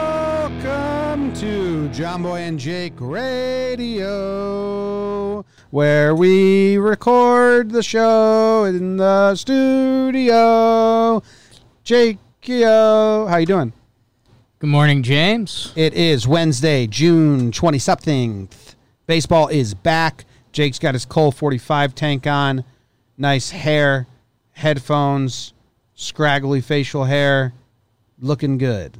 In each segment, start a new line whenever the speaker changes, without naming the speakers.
Welcome to John Boy and Jake Radio, where we record the show in the studio. Jakeio, how you doing?
Good morning, James.
It is Wednesday, June 20 something. Baseball is back. Jake's got his Cole 45 tank on. Nice hair, headphones, scraggly facial hair. Looking good.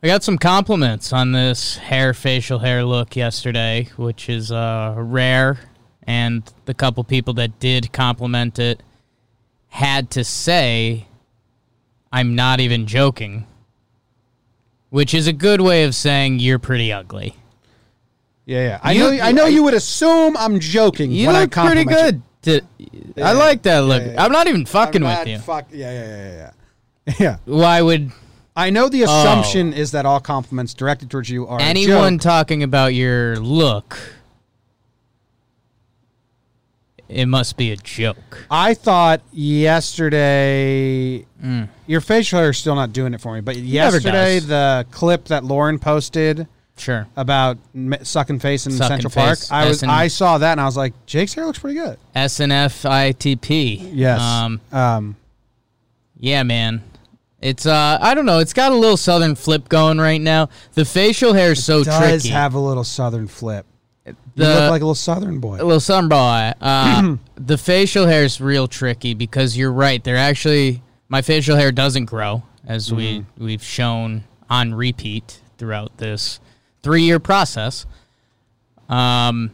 I got some compliments on this hair facial hair look yesterday, which is uh, rare. And the couple people that did compliment it had to say, I'm not even joking, which is a good way of saying you're pretty ugly.
Yeah, yeah. I
You-
know. I know you would assume I'm joking.
You
when I
look pretty
compliment you.
good. to- I like that look. I'm not even fucking
I'm
with
not
you.
Fuck. Yeah, yeah, yeah, yeah, yeah. Yeah.
Why would
I know the
Oh.
assumption is that all compliments directed towards you are a
anyone
joke.
talking about your look? It must be a joke.
I thought yesterday your facial hair is still not doing it for me, but
Mm. never
yesterday
does.
the clip that Lauren posted
Sure.
about m- sucking face in
Sucking
Central
face,
Park, I was
as in-
I saw that and I was like, Jake's hair looks pretty good.
SNFITP.
Yes.
Um,
um
yeah, man. It's uh I don't know, it's got a little southern flip going right now. The facial hair is so
does
oh, tricky.
have a little southern flip.
the
you look like a little southern boy.
a little sun boy. Uh, the facial hair is real tricky because you're right. They're actually my facial hair doesn't grow as we
Mm-hmm.
we've shown on repeat throughout this 3-year process. Um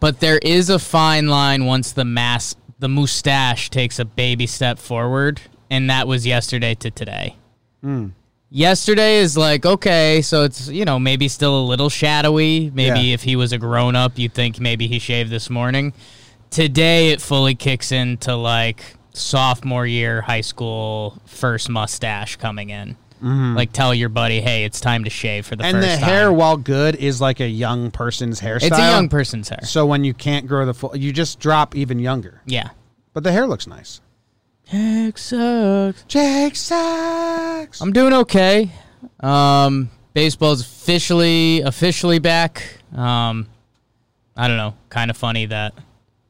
but there is a fine line once the mass the mustache takes a baby step forward and that was yesterday to today
Hmm.
yesterday is like okay so it's you know maybe still a little shadowy maybe
Yeah.
if he was a grown up you'd think maybe he shaved this morning today it fully kicks into like sophomore year high school first mustache coming in like tell your buddy hey it's time to shave for the
Mm-hmm. and the
first time
hair, while good, is like a young person's hairstyle.
it's a young person's hair
So when you can't grow the full, you just drop even younger.
yeah
But the hair looks nice.
Heck sucks.
Jake sucks.
I'm doing okay. Um, baseball's officially officially back. Um, I don't know. Kind of funny that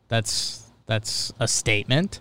that's that's a statement.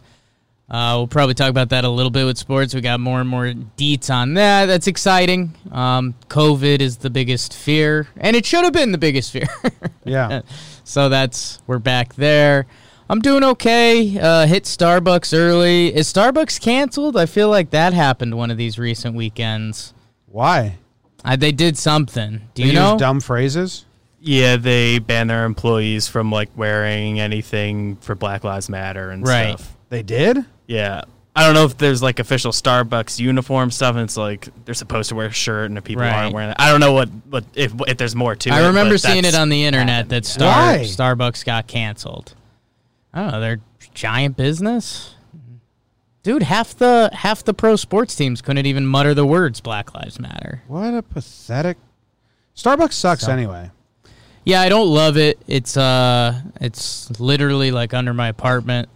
Uh, we'll probably talk about that a little bit with sports. We got more and more deets on that. That's exciting. Um, COVID is the biggest fear, and it should have been the biggest fear. Uh,
yeah.
so that's we're back there. I'm doing okay. Uh, hit Starbucks early. Is Starbucks canceled? I feel like that happened one of these recent weekends.
Why?
I, they did something. Do you
use
know?
dumb phrases.
Yeah, they ban their employees from like wearing anything for Black Lives Matter and
Right.
stuff.
They did.
Yeah. I don't know if there's like official Starbucks uniform stuff and it's like they're supposed to wear a shirt and if people
Right.
aren't wearing it. I don't know what, what if if there's more to it.
I remember
but
seeing it
that's-
on the internet that Star-
Why?
Starbucks got canceled. I don't know. They're giant business. Dude, half the half the pro sports teams couldn't even mutter the words "Black Lives Matter."
What a pathetic. Starbucks sucks
So-
anyway.
Yeah, I don't love it. It's uh it's literally like under my apartment.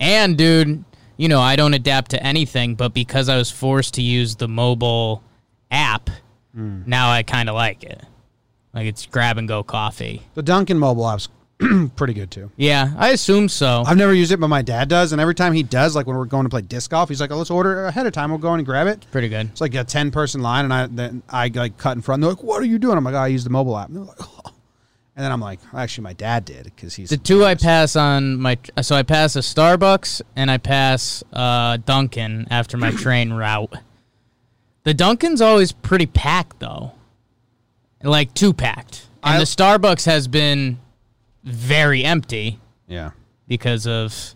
And dude, you know, I don't adapt to anything, but because I was forced to use the mobile app, now I kind of like it. Like it's grab and go coffee.
The Dunkin' mobile app's pretty good too.
Yeah, I assume so.
I've never used it, but my dad does, and every time he does, like when we're going to play disc golf, he's like, oh, "Let's order ahead of time. We'll go in and grab it."
Pretty good.
It's like a ten person line, and I then I like cut in front. They're like, "What are you doing?" I'm like, oh, "I use the mobile app." And they're like, oh. And then I'm like, actually, my dad did because he's
The two I pass on my so I pass a Starbucks and I pass uh, Dunkin' after my train route. The Dunkin's always pretty packed though, like too packed, and
I-
the Starbucks has been very empty
yeah.
because of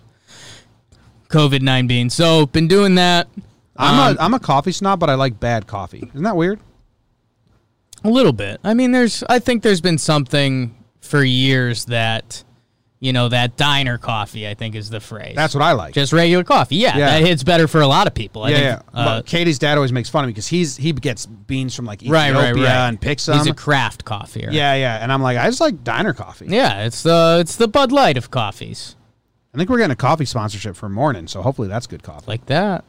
COVID nineteen. So been doing that Um,
I'm a I'm a coffee snob, but I like bad coffee. Isn't that weird?
a little bit. I mean, there's I think there's been something for years that you know that diner coffee I think is the phrase.
That's what I like.
just regular coffee. Yeah,
Yeah.
that hits better for a lot of people. I
yeah, yeah.
think, uh,
but Katie's dad always makes fun of me because he's he gets beans from like Ethiopia
right, right, right.
and picks them.
He's a craft coffee.
yeah, yeah. And I'm like, I just like diner coffee.
yeah. It's the it's the Bud Light of coffees
I think we're getting a coffee sponsorship for morning, so hopefully that's good coffee.
like uh, that.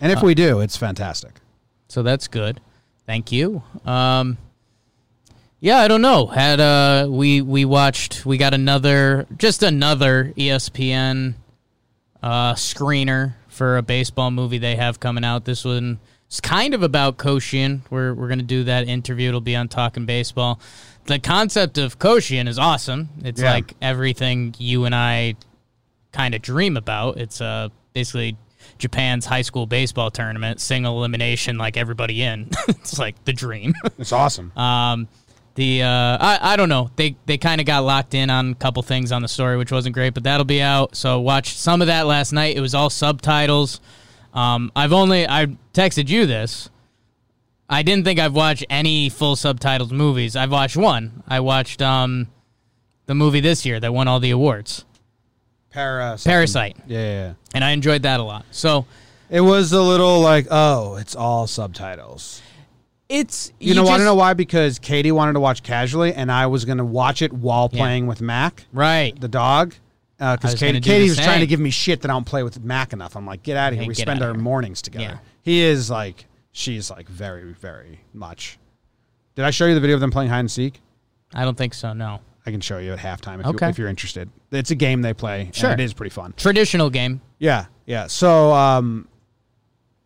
and if we do, it's fantastic.
So that's good. Thank you. Um, yeah, I don't know. Had uh, we we watched? We got another, just another E ESPN uh, screener for a baseball movie they have coming out. This one is kind of about Koshian. We're we're gonna do that interview. It'll be on Talking Baseball. The concept of Koshian is awesome. It's
Yeah.
like everything you and I kind of dream about. It's uh, basically Japan's high school baseball tournament, single elimination, like everybody in. it's like the dream.
It's awesome.
Um, the uh, I, I don't know. They they kind of got locked in on a couple things on the story, which wasn't great, but that'll be out. So watched some of that last night. It was all subtitles. Um, I've only I texted you this. I didn't think I've watched any full subtitled movies. I've watched one. I watched um, the movie this year that won all the awards,
Para
Parasite,
Yeah, yeah,
and I enjoyed that a lot. So
yeah. It was a little like, oh, it's all subtitles.
it's
You, know, I
just-
don't know why because Katie wanted to watch casually, and I was going to watch it while
Yeah.
playing with Mac,
right?
the dog, because
was
Katie,
gonna do
Katie
the
was trying to
same.
give me shit that I don't play with Mac enough. I'm like, get out of here.
Yeah,
we
get
spend
outta
our
here.
mornings together.
Yeah.
He is like, she's like very, very much. Did I show you the video of them playing hide and seek?
I don't think so. No
I can show you at halftime if,
Okay.
you, if you're interested. It's a game they play.
Sure.
and it is pretty fun.
traditional game.
Yeah, yeah. So um,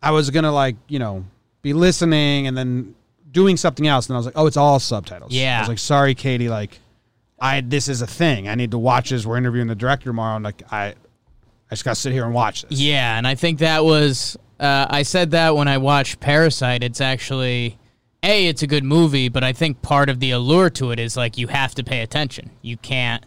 I was gonna like you know be listening and then doing something else, and I was like, oh, it's all subtitles.
Yeah.
I was like, sorry, Katie. Like, I this is a thing. I need to watch this. We're interviewing the director tomorrow, and like I, I just gotta sit here and watch this.
Yeah, and I think that was uh, I said that when I watched Parasite. It's actually a it's a good movie, but I think part of the allure to it is like you have to pay attention. You can't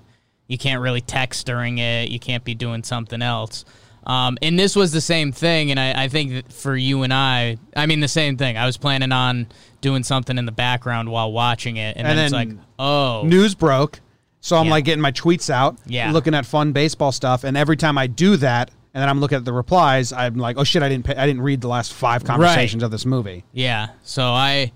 you can't really text during it. You can't be doing something else. Um, and this was the same thing, and I, I think that for you and I, I mean the same thing. I was planning on doing something in the background while watching it, and,
And
then,
then
it's like, oh,
News broke, so I'm
Yeah.
like getting my tweets out.
Yeah.
Looking at fun baseball stuff, and every time I do that. And then I'm looking at the replies. I'm like, oh shit, I didn't pay, I didn't read the last five conversations of this movie.
Yeah. So I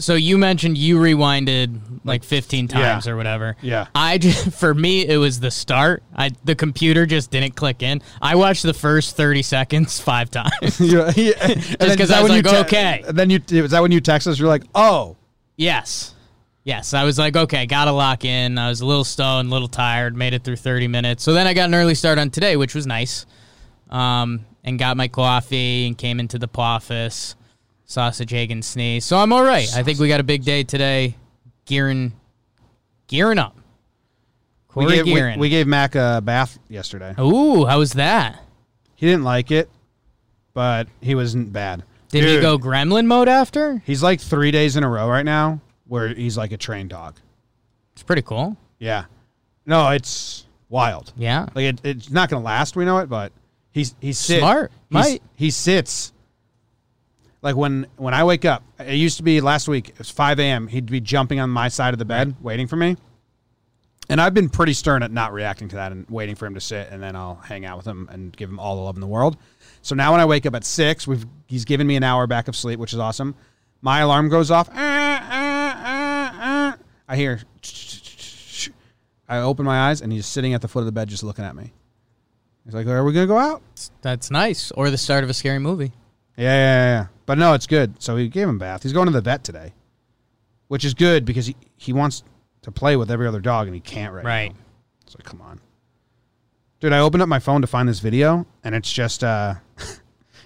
so you mentioned you rewinded like 15 times
Yeah.
or whatever.
Yeah.
I just, for me it was the start. I the computer just didn't click in. I watched the first 30 seconds 5 times.
yeah. yeah. And then
'cause
is that
I was
when you
like, okay.
And then you is that when you text us? You're like, oh,
yes. Yes, I was like, okay, gotta lock in. I was a little stoned, a little tired, made it through 30 minutes. So then I got an early start on today, which was nice. Um, and got my coffee and came into the office, sausage, egg, and sneeze. So I'm all right. I think we got a big day today, gearing, gearing up.
we
Corey
gave, we,
gearing. Oh.
we gave Mac a bath yesterday.
Ooh, how was that?
He didn't like it, but he wasn't bad.
Did he
Dude,
go gremlin mode after?
He's like three days in a row right now where he's like a trained dog.
It's pretty cool.
Yeah, no, it's wild.
Yeah.
Like it, it's not gonna last. We know it, but he's he's sit,
Smart.
he's-
Might.
he sits. Like when when I wake up, it used to be last week. It was five a.m. He'd be jumping on my side of the bed, waiting for me. And I've been pretty stern at not reacting to that and waiting for him to sit, and then I'll hang out with him and give him all the love in the world. So now when I wake up at six, we've he's given me an hour back of sleep, which is awesome. My alarm goes off. Ah, ah, ah, ah. I hear. I open my eyes and he's sitting at the foot of the bed, just looking at me. He's like, "Are we gonna go out?"
That's nice. Or the start of a scary movie.
Yeah, yeah, yeah, yeah. But no, it's good. So we gave him a bath. He's going to the vet today, which is good because he, he wants to play with every other dog and he can't right,
Right.
now. So come on. Dude, I opened up my phone to find this video and it's just, uh,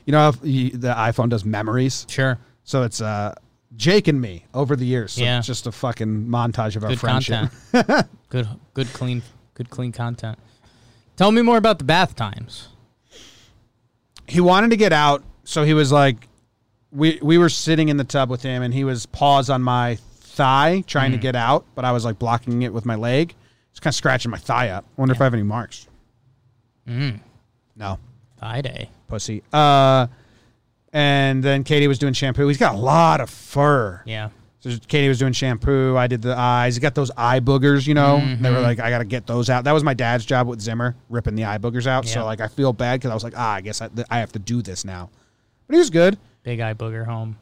you know, how you, the iPhone does memories.
Sure.
So it's uh, Jake and me over the years. So
Yeah.
it's just a fucking montage of our
Good
friendship.
content. good, good, clean, good, clean content. Tell me more about the bath times.
he wanted to get out, so he was like, we we were sitting in the tub with him, and he was paws on my thigh trying to get out, but I was like blocking it with my leg, just kind of scratching my thigh up. Wonder if I have any marks. No,
Friday.
pussy. Uh, and then Katie was doing shampoo. He's got a lot of fur.
Yeah.
So Katie was doing shampoo. I did the eyes. He got those eye boogers, you know. They
Mm-hmm.
were like, I got to get those out. That was my dad's job with Zimmer, ripping the eye boogers out.
Yeah.
So like, I feel bad because I was like, ah, I guess I, th- I have to do this now. But he was good.
Big eye booger home.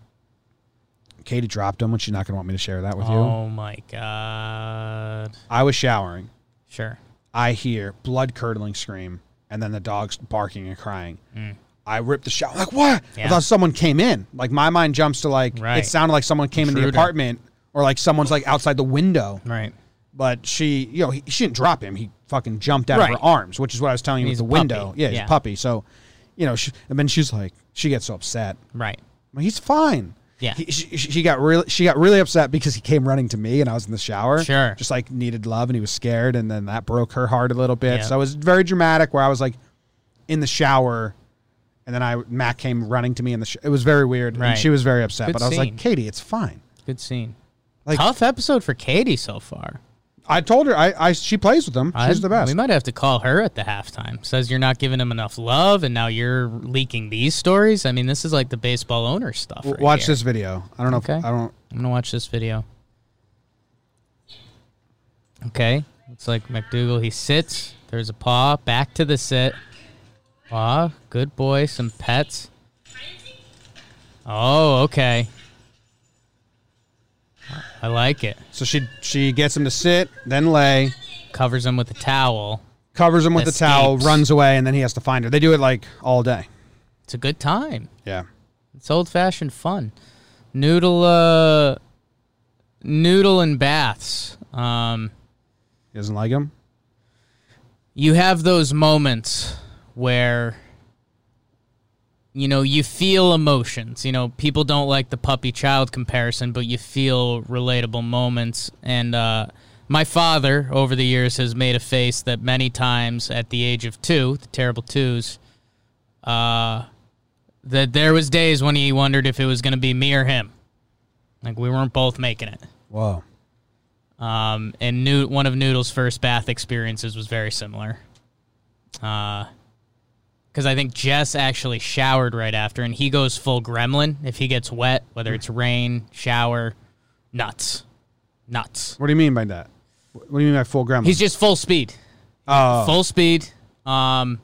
Katie dropped him when she's not going to want me to share that with you.
Oh my god.
I was showering.
Sure.
I hear blood curdling scream, and then the dog's barking and crying. I ripped the shower. Like what? I
Mm. Yeah.
thought someone came in. Like my mind jumps to like
Right.
it sounded like someone came in the
Intruder.
apartment, or like someone's like outside the window.
Right.
but she, you know, he, she didn't drop him. He fucking jumped out
Right.
of her arms, which is what I was telling you
He's a
with the window.
puppy.
Yeah, he's
Yeah.
a puppy. So, you know, she, and then she's like, she gets so upset.
Right.
I'm like, he's fine.
Yeah.
He, she, she got really, she got really upset because he came running to me and I was in the shower.
Sure.
Just like needed love and he was scared, and then that broke her heart a little bit.
Yeah.
So it was very dramatic. Where I was like, in the shower. And then I Mac came running to me in the. Sh- it was very weird,
Right.
and she was very upset.
Good
but I was
scene.
like, "Katie, it's fine."
Good scene.
Like-
Tough episode for Katie so far.
I told her, "I, I she plays with them. She's
I'd-
the best."
We might have to call her at the halftime. Says you're not giving him enough love, and now you're leaking these stories. I mean, this is like the baseball owner stuff.
W-
right
watch
here.
this video. I don't know.
Okay.
If, I don't.
I'm gonna watch this video. Okay, looks like McDougal. He sits. There's a paw back to the sit. Paw, good boy. Some pets. Oh, okay. I like it.
So she she gets him to sit, then lay,
Covers him with a towel.
covers him with
Escapes.
a towel, runs away, and then he has to find her. They do it like all day.
It's a good time.
Yeah.
It's old fashioned fun. Noodle, uh, noodle and baths. Um,
He doesn't like him.
you have those moments where you know you feel emotions you know people don't like the puppy child comparison but you feel relatable moments and uh, my father over the years has made a face that many times at the age of two the terrible twos uh, that there was days when he wondered if it was going to be me or him like we weren't both making it
Whoa.
um, and Noo- one of Noodle's first bath experiences was very similar. Because I think Jess actually showered right after, and he goes full gremlin if he gets wet, whether it's rain, shower, nuts. Nuts.
What do you mean by that? What do you mean by full grandma?
He's just full speed.
oh,
Full speed. Um,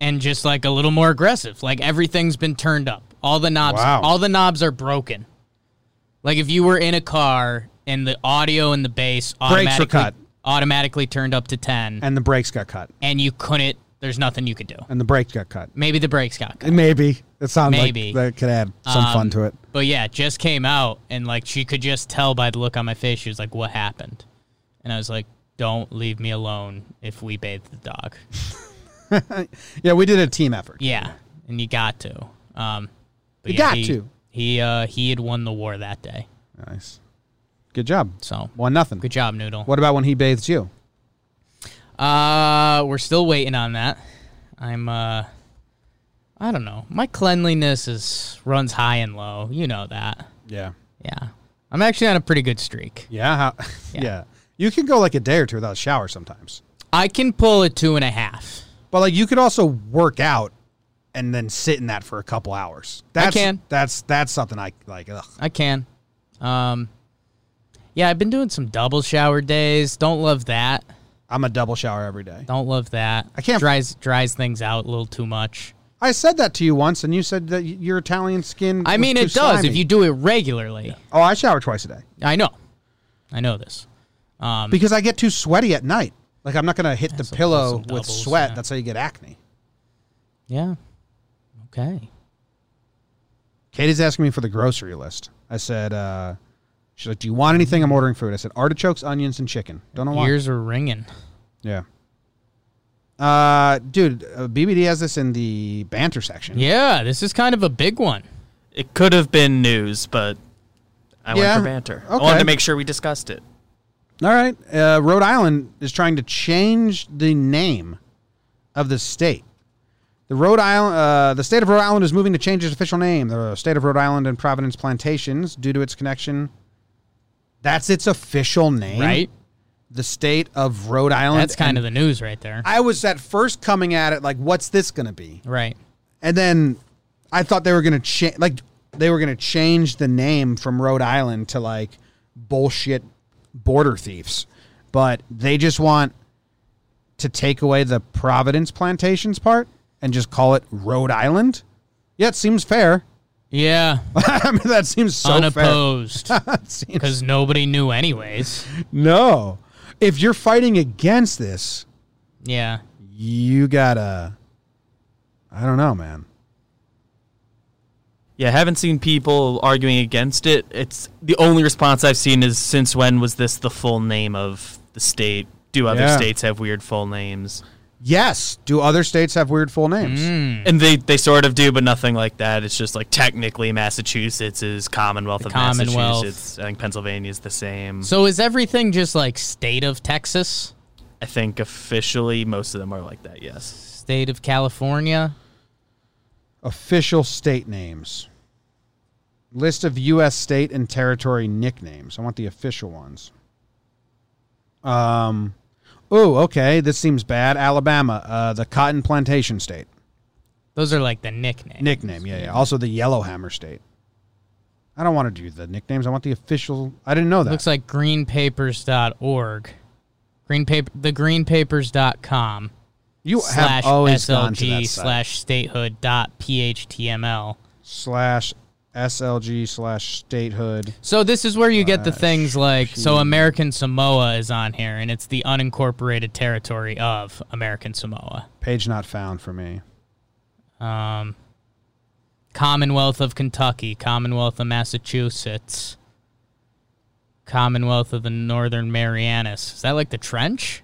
and just like a little more aggressive. Like everything's been turned up. All the knobs
Wow.
all the knobs are broken. Like if you were in a car and the audio and the bass
were
automatically
cut.
automatically turned up to ten
and the brakes got cut,
and you couldn't there's nothing you could do.
and the brakes got cut.
Maybe the brakes got cut.
Maybe it sounds
Maybe.
like that could add some fun
Um,
to it.
But yeah, just came out and like she could just tell by the look on my face, she was like, What happened? And I was like, Don't leave me alone if we bathe the dog.
Yeah, we did a team effort.
Yeah, and you got to. Um, but
You
yeah,
got
he,
to.
He uh, he had won the war that day.
Nice. Good job.
So
One nothing.
good job, Noodle.
What about when he bathes you?
Uh, we're still waiting on that. I'm uh, I don't know. My cleanliness is runs high and low. You know that.
Yeah.
Yeah, I'm actually on a pretty good streak.
Yeah. How, yeah. You can go like a day or two without a shower sometimes.
I can pull a two and a half.
But like you could also work out and then sit in that for a couple hours. That's,
can.
That's that's something I like. Ugh.
I can. Um, yeah, I've been doing some double shower days. Don't love that.
I'm a double shower every day.
Don't love that.
I can't-
dries dries things out a little too much.
I said that to you once, and you said that y- your Italian skin.
I
was
mean,
too
it does if
slimy.
you do it regularly.
Oh, I shower twice a day
I know, I know this. Um,
because I get too sweaty at night. Like I'm not gonna hit the
some-
pillow
some
with
doubles,
sweat.
yeah.
That's how you get acne.
Yeah. Okay.
Katie's asking me for the grocery list. I said, uh, she's like, "Do you want anything? I'm ordering food." I said, "Artichokes, onions, and chicken." Don't know why.
Ears are ringing.
Yeah. Uh, dude, uh, BBD has this in the banter section.
Yeah, this is kind of a big one.
It could have been news, but I
Yeah,
went for banter. I wanted
okay.
to make sure we discussed it.
All right. Uh, Rhode Island is trying to change the name of the state. The Rhode Island, uh, the state of Rhode Island is moving to change its official name, the state of Rhode Island and Providence Plantations, due to its connection. That's its official name,
right?
The state of Rhode Island.
That's kind of the news right there.
I was at first coming at it like, what's this going to be?
right.
And then I thought they were going to change, like they were going to change the name from Rhode Island to like bullshit border thieves, but they just want to take away the Providence plantations part and just call it Rhode Island. Yeah, it seems fair.
Yeah.
I mean, that seems so fair.
Unopposed.
That seems-
Because nobody knew, anyways.
no, if you're fighting against this,
Yeah.
you gotta. I don't know, man.
Yeah, haven't seen people arguing against it. It's the only response I've seen is since when was this the full name of the state? Do other
Yeah.
states have weird full names?
Yes. Do other states have weird full names?
And they, they sort of do, but nothing like that. It's just like technically Massachusetts is Commonwealth of
Commonwealth.
Massachusetts. I think Pennsylvania is the same.
So is everything just like state of Texas,
I think officially most of them are like that, yes.
state of California?
Official state names. List of U.S. state and territory nicknames. I want the official ones. Um, oh, okay. This seems bad. Alabama, uh, the cotton plantation state.
Those are like the nicknames.
Nickname, yeah, yeah. Also the Yellowhammer state. I don't want to do the nicknames. I want the official. I didn't know that.
Looks like greenpapers.org. Green paper, the greenpapers.com
you
slash
have always gone to
SLG
that site.
slash statehood dot PHTML.
slash SLG slash statehood.
So this is where you get the
Slash
things like so
P.
American Samoa is on here and it's the unincorporated territory of American Samoa.
Page not found for me.
Um, Commonwealth of Kentucky, Commonwealth of Massachusetts, Commonwealth of the Northern Marianas. Is that like the trench?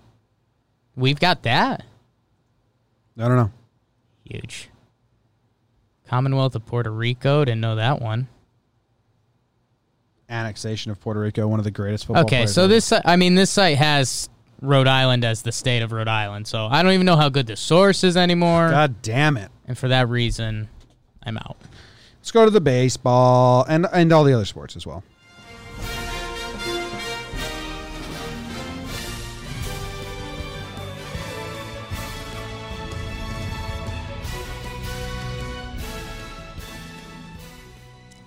We've got that.
I don't know.
Huge. Commonwealth of Puerto Rico, didn't know that one.
Annexation of Puerto Rico, one of the greatest football
Okay,
players
so
ever.
this si- I mean this site has Rhode Island as the state of Rhode Island, so I don't even know how good the source is anymore.
God damn it.
And for that reason, I'm out.
Let's go to the baseball and and all the other sports as well.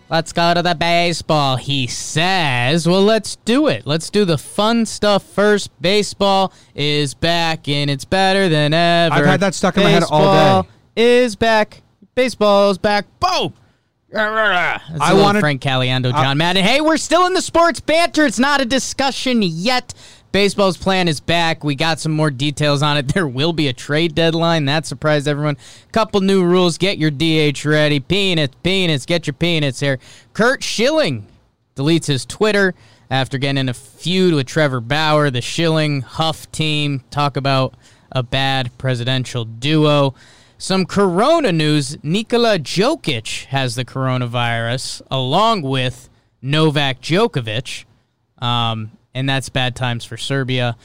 Let's go to the baseball, he says. Well, let's do it. Let's do the fun stuff first. Baseball is back and it's better than ever.
I've had that stuck in my head all day.
Baseball Is back. Baseball's back. Boom. I
wanted-
wanted Frank Caliendo, John Madden. Hey, we're still in the sports banter. It's not a discussion yet. Baseball's plan is back. We got some more details on it. There will be a trade deadline. That surprised everyone. Couple new rules. Get your DH ready. Peanuts, peanuts. Get your peanuts here. Kurt Schilling deletes his Twitter after getting in a feud with Trevor Bauer. The Schilling Huff team talk about a bad presidential duo. Some corona news Nikola Jokic has the coronavirus along with Novak Djokovic. Um, and that's bad times for Serbia.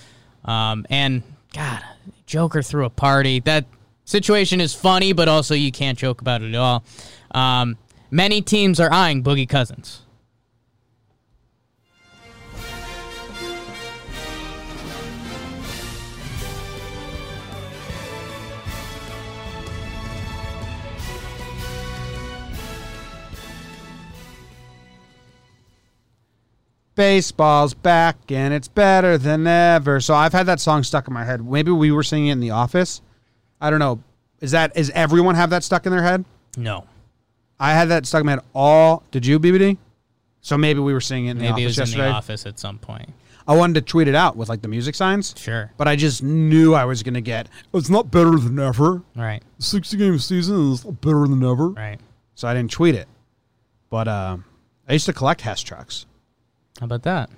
Um, and God, Joker threw a party. That situation is funny, but also you can't joke about it at all. Um, many teams are eyeing Boogie Cousins.
Baseball's back and it's better than ever. So I've had that song stuck in my head. Maybe we were singing it in the office. I don't know. Is that is everyone have that stuck in their head?
No.
I had that stuck in my head all. Did you, BBD? So maybe we were singing it in the
Maybe it
office
was in
yesterday.
the office at some point.
I wanted to tweet it out with like the music signs,
Sure.
but I just knew I was gonna get. It's not better than ever.
Right.
Sixty game season is better than ever.
Right.
so I didn't tweet it. But uh, I used to collect Hess trucks.
How about that?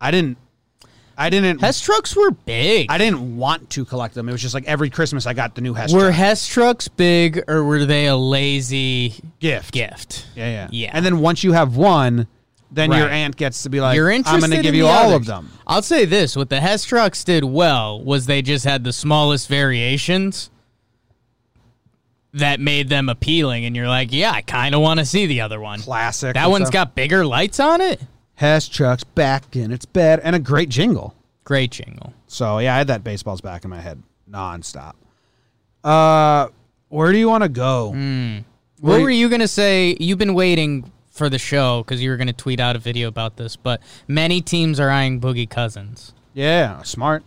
I didn't. I didn't.
Hess trucks were big.
I didn't want to collect them. It was just like every Christmas I got the new Hess
were
truck
Hess trucks big or were they a lazy
gift.
gift?
Yeah, yeah,
Yeah.
And then once you have one, then your
Right.
aunt gets to be like,
You're interested.
I'm going to give
in
you
the
all of
others.
them.
I'll say this: what the Hess trucks did well was they just had the smallest variations that made them appealing, and you're like, yeah, I kind of want to see the other one.
Classic.
That
and
one's
stuff.
got bigger lights on it.
Hess trucks back in its bed and a great jingle.
Great jingle.
So yeah, I had that baseball's back in my head nonstop. Uh, where do you want to go?
Hmm. What
Wait.
were you gonna say? You've been waiting for the show because you were gonna tweet out a video about this, but many teams are eyeing Boogie Cousins.
Yeah, smart.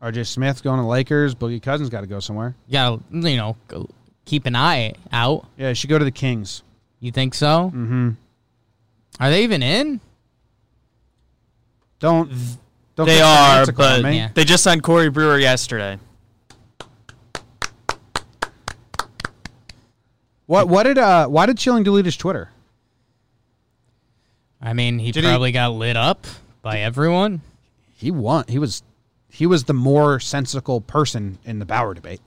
RJ Smith going to Lakers. Boogie Cousins got to go somewhere.
Yeah, you know, go- keep an eye out.
Yeah, he should go to the Kings.
You think so? Mm-hmm. Are they even in?
Don't. don't
They
get-
are,
that's a call,
but
mate.
Yeah.
they just signed Corey Brewer yesterday.
what? What did? Uh, why did Chilling delete his Twitter?
I mean, he
Did he-
probably got lit up by everyone.
He won. He was. He was the more sensical person in the Bauer debate.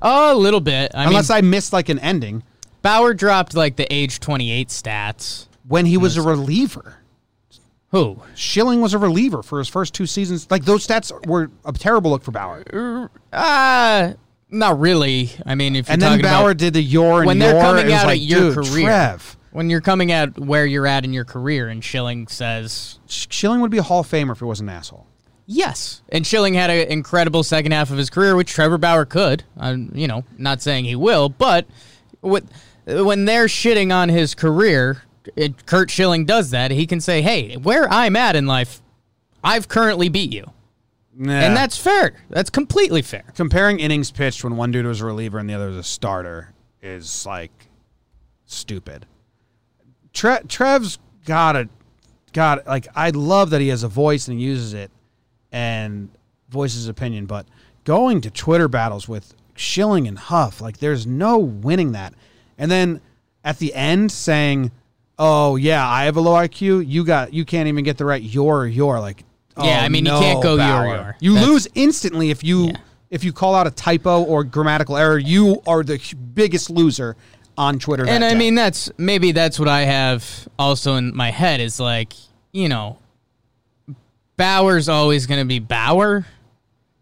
Oh, a little bit. I
Unless
mean,
I missed like an ending
Bauer dropped like the age 28 stats.
when he was a reliever.
Who?
Schilling was a reliever for his first two seasons. Like those stats were a terrible look for Bauer.
Uh, not really. I mean, if you're
and then
talking about-
Bauer did the your and
when they're
your,
coming
it was
out
like,
at your
dude,
career,
Trev.
when you're coming at where you're at in your career, and Schilling says
Sch- Schilling would be a Hall of Famer if he wasn't an asshole.
yes, and Schilling had an incredible second half of his career, which Trevor Bauer could. I'm, you know, not saying he will, but with, when they're shitting on his career, it, Kurt Schilling does that. He can say, "Hey, where I'm at in life, I've currently beat you," and that's fair. That's completely fair.
comparing innings pitched when one dude was a reliever and the other was a starter is like stupid. Tre- Trev's got a got like I love that he has a voice and he uses it and voices his opinion, but going to Twitter battles with Schilling and Huff, like there's no winning that. And then at the end saying, "Oh yeah, I have a low IQ. You got you can't even get the right your or your like."
Yeah,
oh,
I mean, you
no,
can't go your
Bauer.
your.
You
That's-
lose instantly if you
Yeah.
if you call out a typo or grammatical error. You are the h- biggest loser on Twitter.
and
that
I
day.
mean that's maybe that's what I have also in my head is like you know Bauer's always going to be Bauer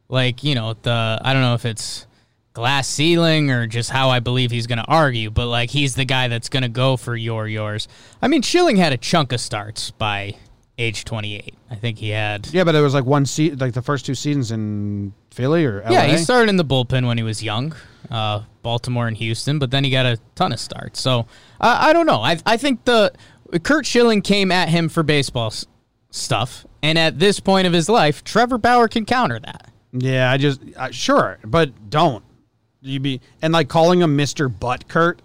like you know the I don't know if it's glass ceiling or just how I believe he's going to argue but like he's the guy that's going to go for your yours I mean Schilling had a chunk of starts by age 28 I think he had
yeah, but it was like one seat, like the first two seasons in Philly or LA.
yeah, he started in the bullpen when he was young, uh, Baltimore and Houston, but then he got a ton of starts. So I I don't know. I, I think the Kurt Schilling came at him for baseball s- stuff, and at this point of his life, Trevor Bauer can counter that.
yeah. I just I, sure, but don't you be and like calling him Mister Buttkurt,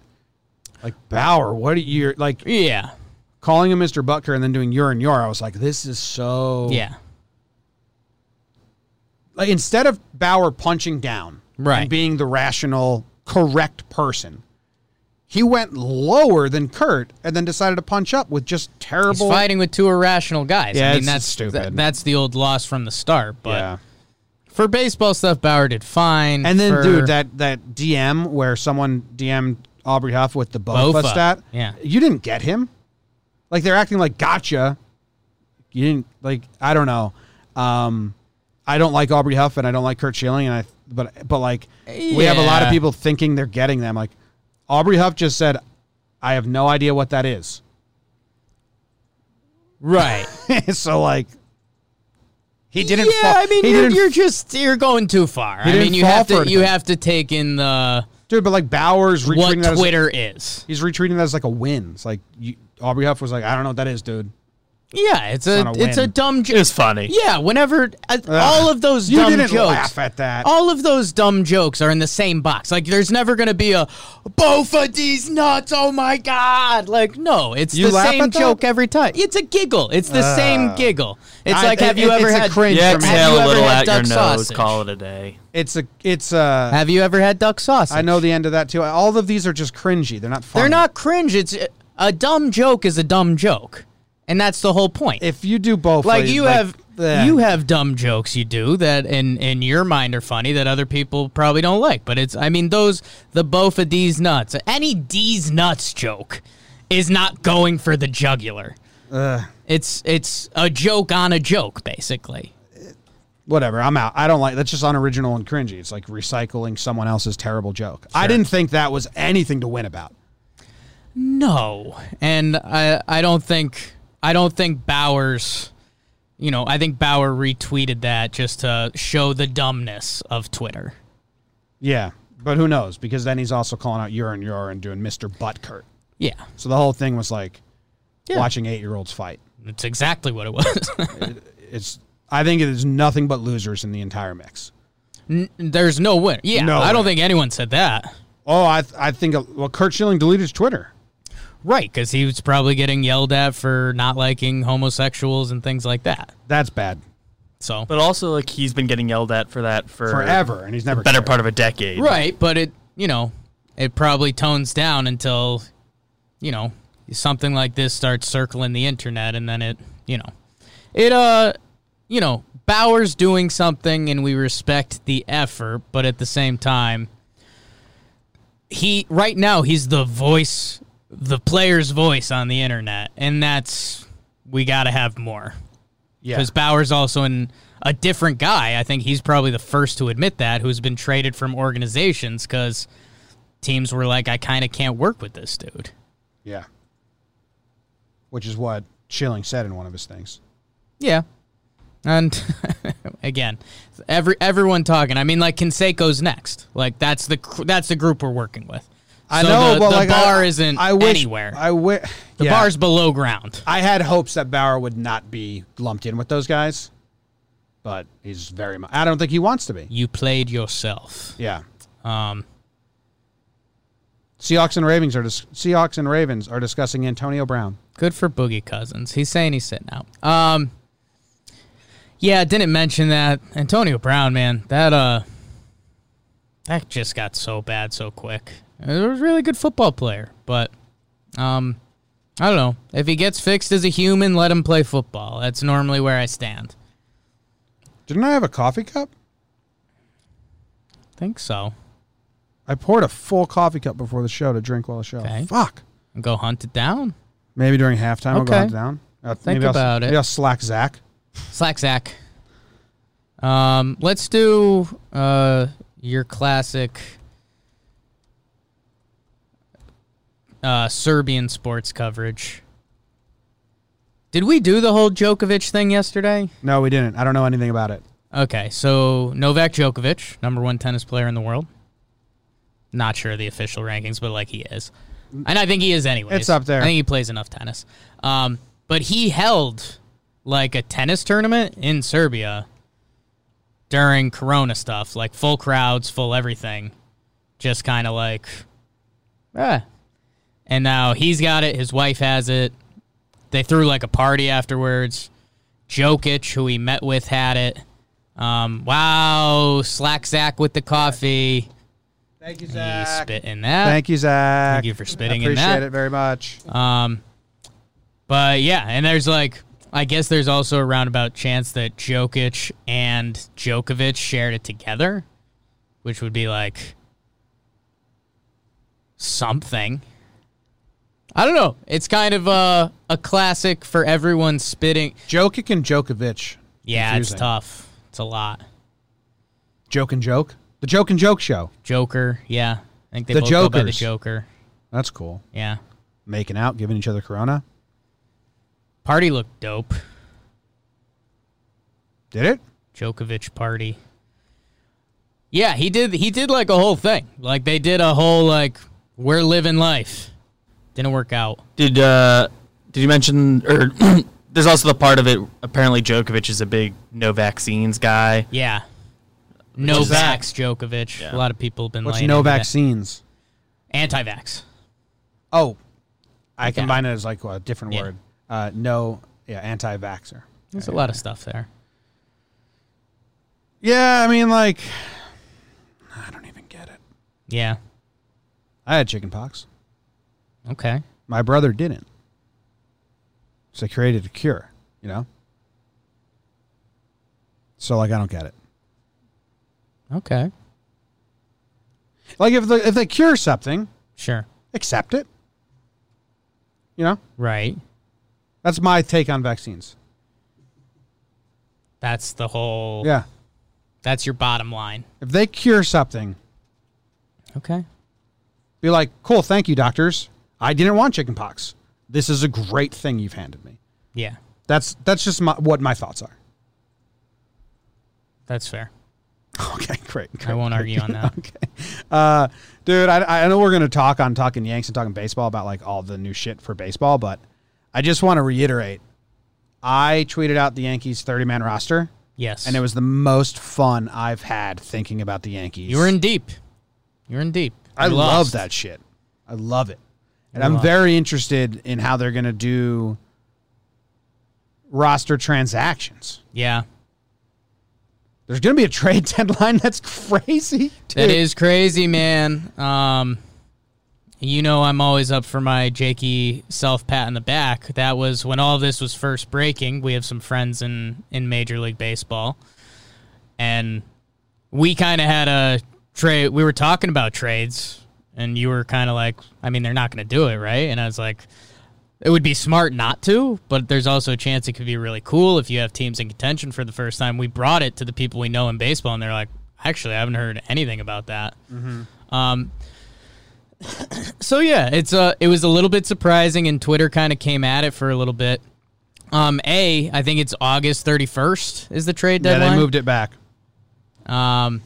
like Bauer. What are you like
Yeah,
calling him Mister Buttkurt and then doing your and your? I was like, this is so
yeah,
like instead of Bauer punching down
Right.
and being the rational, correct person, he went lower than Kurt and then decided to punch up with just
he's
terrible.
fighting with two irrational guys.
Yeah,
I mean
it's
that's
stupid.
that- that's the old loss from the start. But
yeah.
for baseball stuff, Bauer did fine.
And then,
For-
dude, that that DM where someone DM'd Aubrey Huff with the Bofa,
Bofa,
stat.
yeah.
You didn't get him. Like they're acting like gotcha. You didn't like. I don't know. Um, I don't like Aubrey Huff and I don't like Kurt Schilling and I. But but like we have a lot of
Yeah.
people thinking they're getting them. Like Aubrey Huff just said, I have no idea what that is.
right.
so like he didn't.
Yeah,
fall-
I mean,
he
you're,
didn't
you're just you're going too far. I
didn't
mean, you
fall
have
for
to
it,
you
though.
have to take in the
dude. But like Bowers
what
retweeting that as
Twitter is.
He's retreating that as like a win. It's like you, Aubrey Huff was like, I don't know what that is, dude.
Yeah, it's a
not a
it's a
win.
dumb joke.
It was funny.
Yeah, whenever uh, all of those
You
dumb
didn't
jokes,
laugh at that.
all of those dumb jokes are in the same box. Like, there's never gonna be a both of these nuts. Oh my god! Like, no, it's
You
the
laugh
same
at that?
joke every time. It's a giggle. It's the same giggle. It's
I-
like, have
it-
you
it-
ever
it's a
had
cringe
have
for me.
Yeah,
you
exhale a
ever
little
had
at your
duck
nose.
sausage?
Call it a day.
It's a, it's a.
Have you ever had duck sausage?
I know the end of that too. All of these are just cringy. They're not. Funny.
They're not cringe. It's a dumb joke is a dumb joke, and that's the whole point.
If you do both, eh,
like you have
the-
you have dumb jokes you do that in in your mind are funny that other people probably don't like but it's i mean those the both of these nuts any d's nuts joke is not going for the jugular It's it's a joke on a joke, basically.
Whatever, I'm out. I don't like that's just unoriginal and cringy. It's like recycling someone else's terrible joke. I didn't think that was anything to win about.
No, and I I don't think I don't think Bowers, you know, I think Bauer retweeted that just to show the dumbness of Twitter.
Yeah, but who knows? Because then he's also calling out your and your and doing Mr. Buttkurt.
Yeah,
So the whole thing was like watching eight year olds fight.
that's exactly what it was.
It's I think it is nothing but losers in the entire mix.
There's no winner. Yeah,
No
I don't
winner.
think anyone said that.
Oh, I I think well, Kurt Schilling deleted his Twitter.
Right, because he was probably getting yelled at for not liking homosexuals and things like that.
That's bad
So
But also, like he's been getting yelled at for that for
forever, and he's never
better
cared.
part of a decade.
right, but it you know it probably tones down until you know something like this starts circling the internet, and then it you know it uh you know Bowers doing something, and we respect the effort, but at the same time, he right now he's the voice, the player's voice on the internet, and that's we got to have more.
Yeah,
because Bauer's also in a different guy. I think he's probably the first to admit that, who's been traded from organizations because teams were like, I kind of can't work with this dude.
yeah. Which is what Schilling said in one of his things.
Yeah. And again, every everyone talking. I mean, like Canseco's next. Like that's the cr- that's the group we're working with.
I
So
know,
the,
but
the
like I-
bar isn't
I wish,
anywhere.
I wish
the bar's below ground.
I had hopes that Bauer would not be lumped in with those guys, but he's very much. I don't think he wants to be.
You played yourself.
Yeah.
Um,
Seahawks and Ravens are dis- Seahawks and Ravens are discussing Antonio Brown.
Good for Boogie Cousins. He's saying he's sitting out. Um, yeah, didn't mention that Antonio Brown, man. That uh, that just got so bad so quick. He was a really good football player, but um, I don't know if he gets fixed as a human. Let him play football. That's normally where I stand.
Didn't I have a coffee cup?
Think so.
I poured a full coffee cup before the show to drink while the show.
Okay.
Fuck.
Go hunt it down.
Maybe during halftime I'll go
Okay.
hunt it down. Uh,
Think
maybe I'll,
about it.
Maybe I'll slack Zach.
Slack Zach. Um, let's do uh your classic uh Serbian sports coverage. Did we do the whole Djokovic thing yesterday?
No, we didn't. I don't know anything about it.
Okay, so Novak Djokovic, number one tennis player in the world. Not sure of the official rankings, but like he is, and I think he is anyway.
It's up there.
I think he plays enough tennis. Um, but he held like a tennis tournament in Serbia during Corona stuff, like full crowds, full everything, just kind of like, eh. And now he's got it. His wife has it. They threw like a party afterwards. Jokic, who he met with, had it. Um, wow, Slack Zach with the coffee.
Thank you,
He spit in that.
Thank you, Zach.
Thank you for spitting in
Appreciate
that.
it very much.
Um, but yeah, and there's like, I guess there's also a roundabout chance that Jokic and Djokovic shared it together, which would be like something. I don't know. It's kind of a, a classic for everyone spitting.
Jokic and Djokovic.
Yeah,
Confusing.
it's tough. It's a lot.
Joke and Joke. The Joke and Joke show.
Joker, yeah. I think they
The
both go by the
Jokers.
Joker.
That's cool.
Yeah.
Making out, giving each other corona.
Party looked dope.
Did it?
Djokovic party. Yeah, he did. He did like a whole thing. Like they did a whole like we're living life. Didn't work out.
Did uh did you mention or there's also the part of it apparently Djokovic is a big no vaccines guy.
Yeah, no
is that?
vax Djokovic.
Yeah.
A lot of people have been
What's
laying
no
into that.
vaccines?
Anti-vax.
Oh, I
Okay.
combine it as like a different
Yeah.
word. Uh, no, yeah, anti-vaxer.
There's a lot of stuff there.
Yeah, I mean, like, I don't even get it.
Yeah.
I had chicken pox.
Okay.
My brother didn't. So I created a cure, you know? So, like, I don't get it.
Okay.
Like, if, the, if they cure something,
Sure.
accept it. You know?
Right.
That's my take on vaccines.
That's the whole.
Yeah.
That's your bottom line.
If they cure something,
Okay.
be like, cool, thank you, doctors. I didn't want chickenpox. This is a great thing you've handed me.
Yeah,
That's that's just my, what my thoughts are.
that's fair.
Okay, great.
I won't argue on that.
Okay, uh, dude, I, I know we're gonna talk on talking Yanks and talking baseball about like all the new shit for baseball, but I just want to reiterate. I tweeted out the Yankees 30 man roster,
Yes.
and it was the most fun I've had thinking about the Yankees.
you were in deep. You're in deep.
I
You
love
lost.
that shit. I love it. And
You
I'm
lost.
very interested in how they're going to do roster transactions.
Yeah,
There's going to be a trade deadline that's crazy.
that
dude.
is crazy, man. Um, you know I'm always up for my Jakey self pat in the back. That was when all this was first breaking. We have some friends in in Major League Baseball, and we kind of had a trade. We were talking about trades, and you were kind of like, I mean, they're not going to do it, right? And I was like, it would be smart not to, but there's also a chance it could be really cool if you have teams in contention for the first time. We brought it to the people we know in baseball, and they're like, actually, I haven't heard anything about that.
Mm-hmm.
Um, so yeah, it's uh, it was a little bit surprising, and Twitter kind of came at it for a little bit. Um, a, I think it's August 31st is the trade
Yeah,
deadline.
they moved it back.
Um,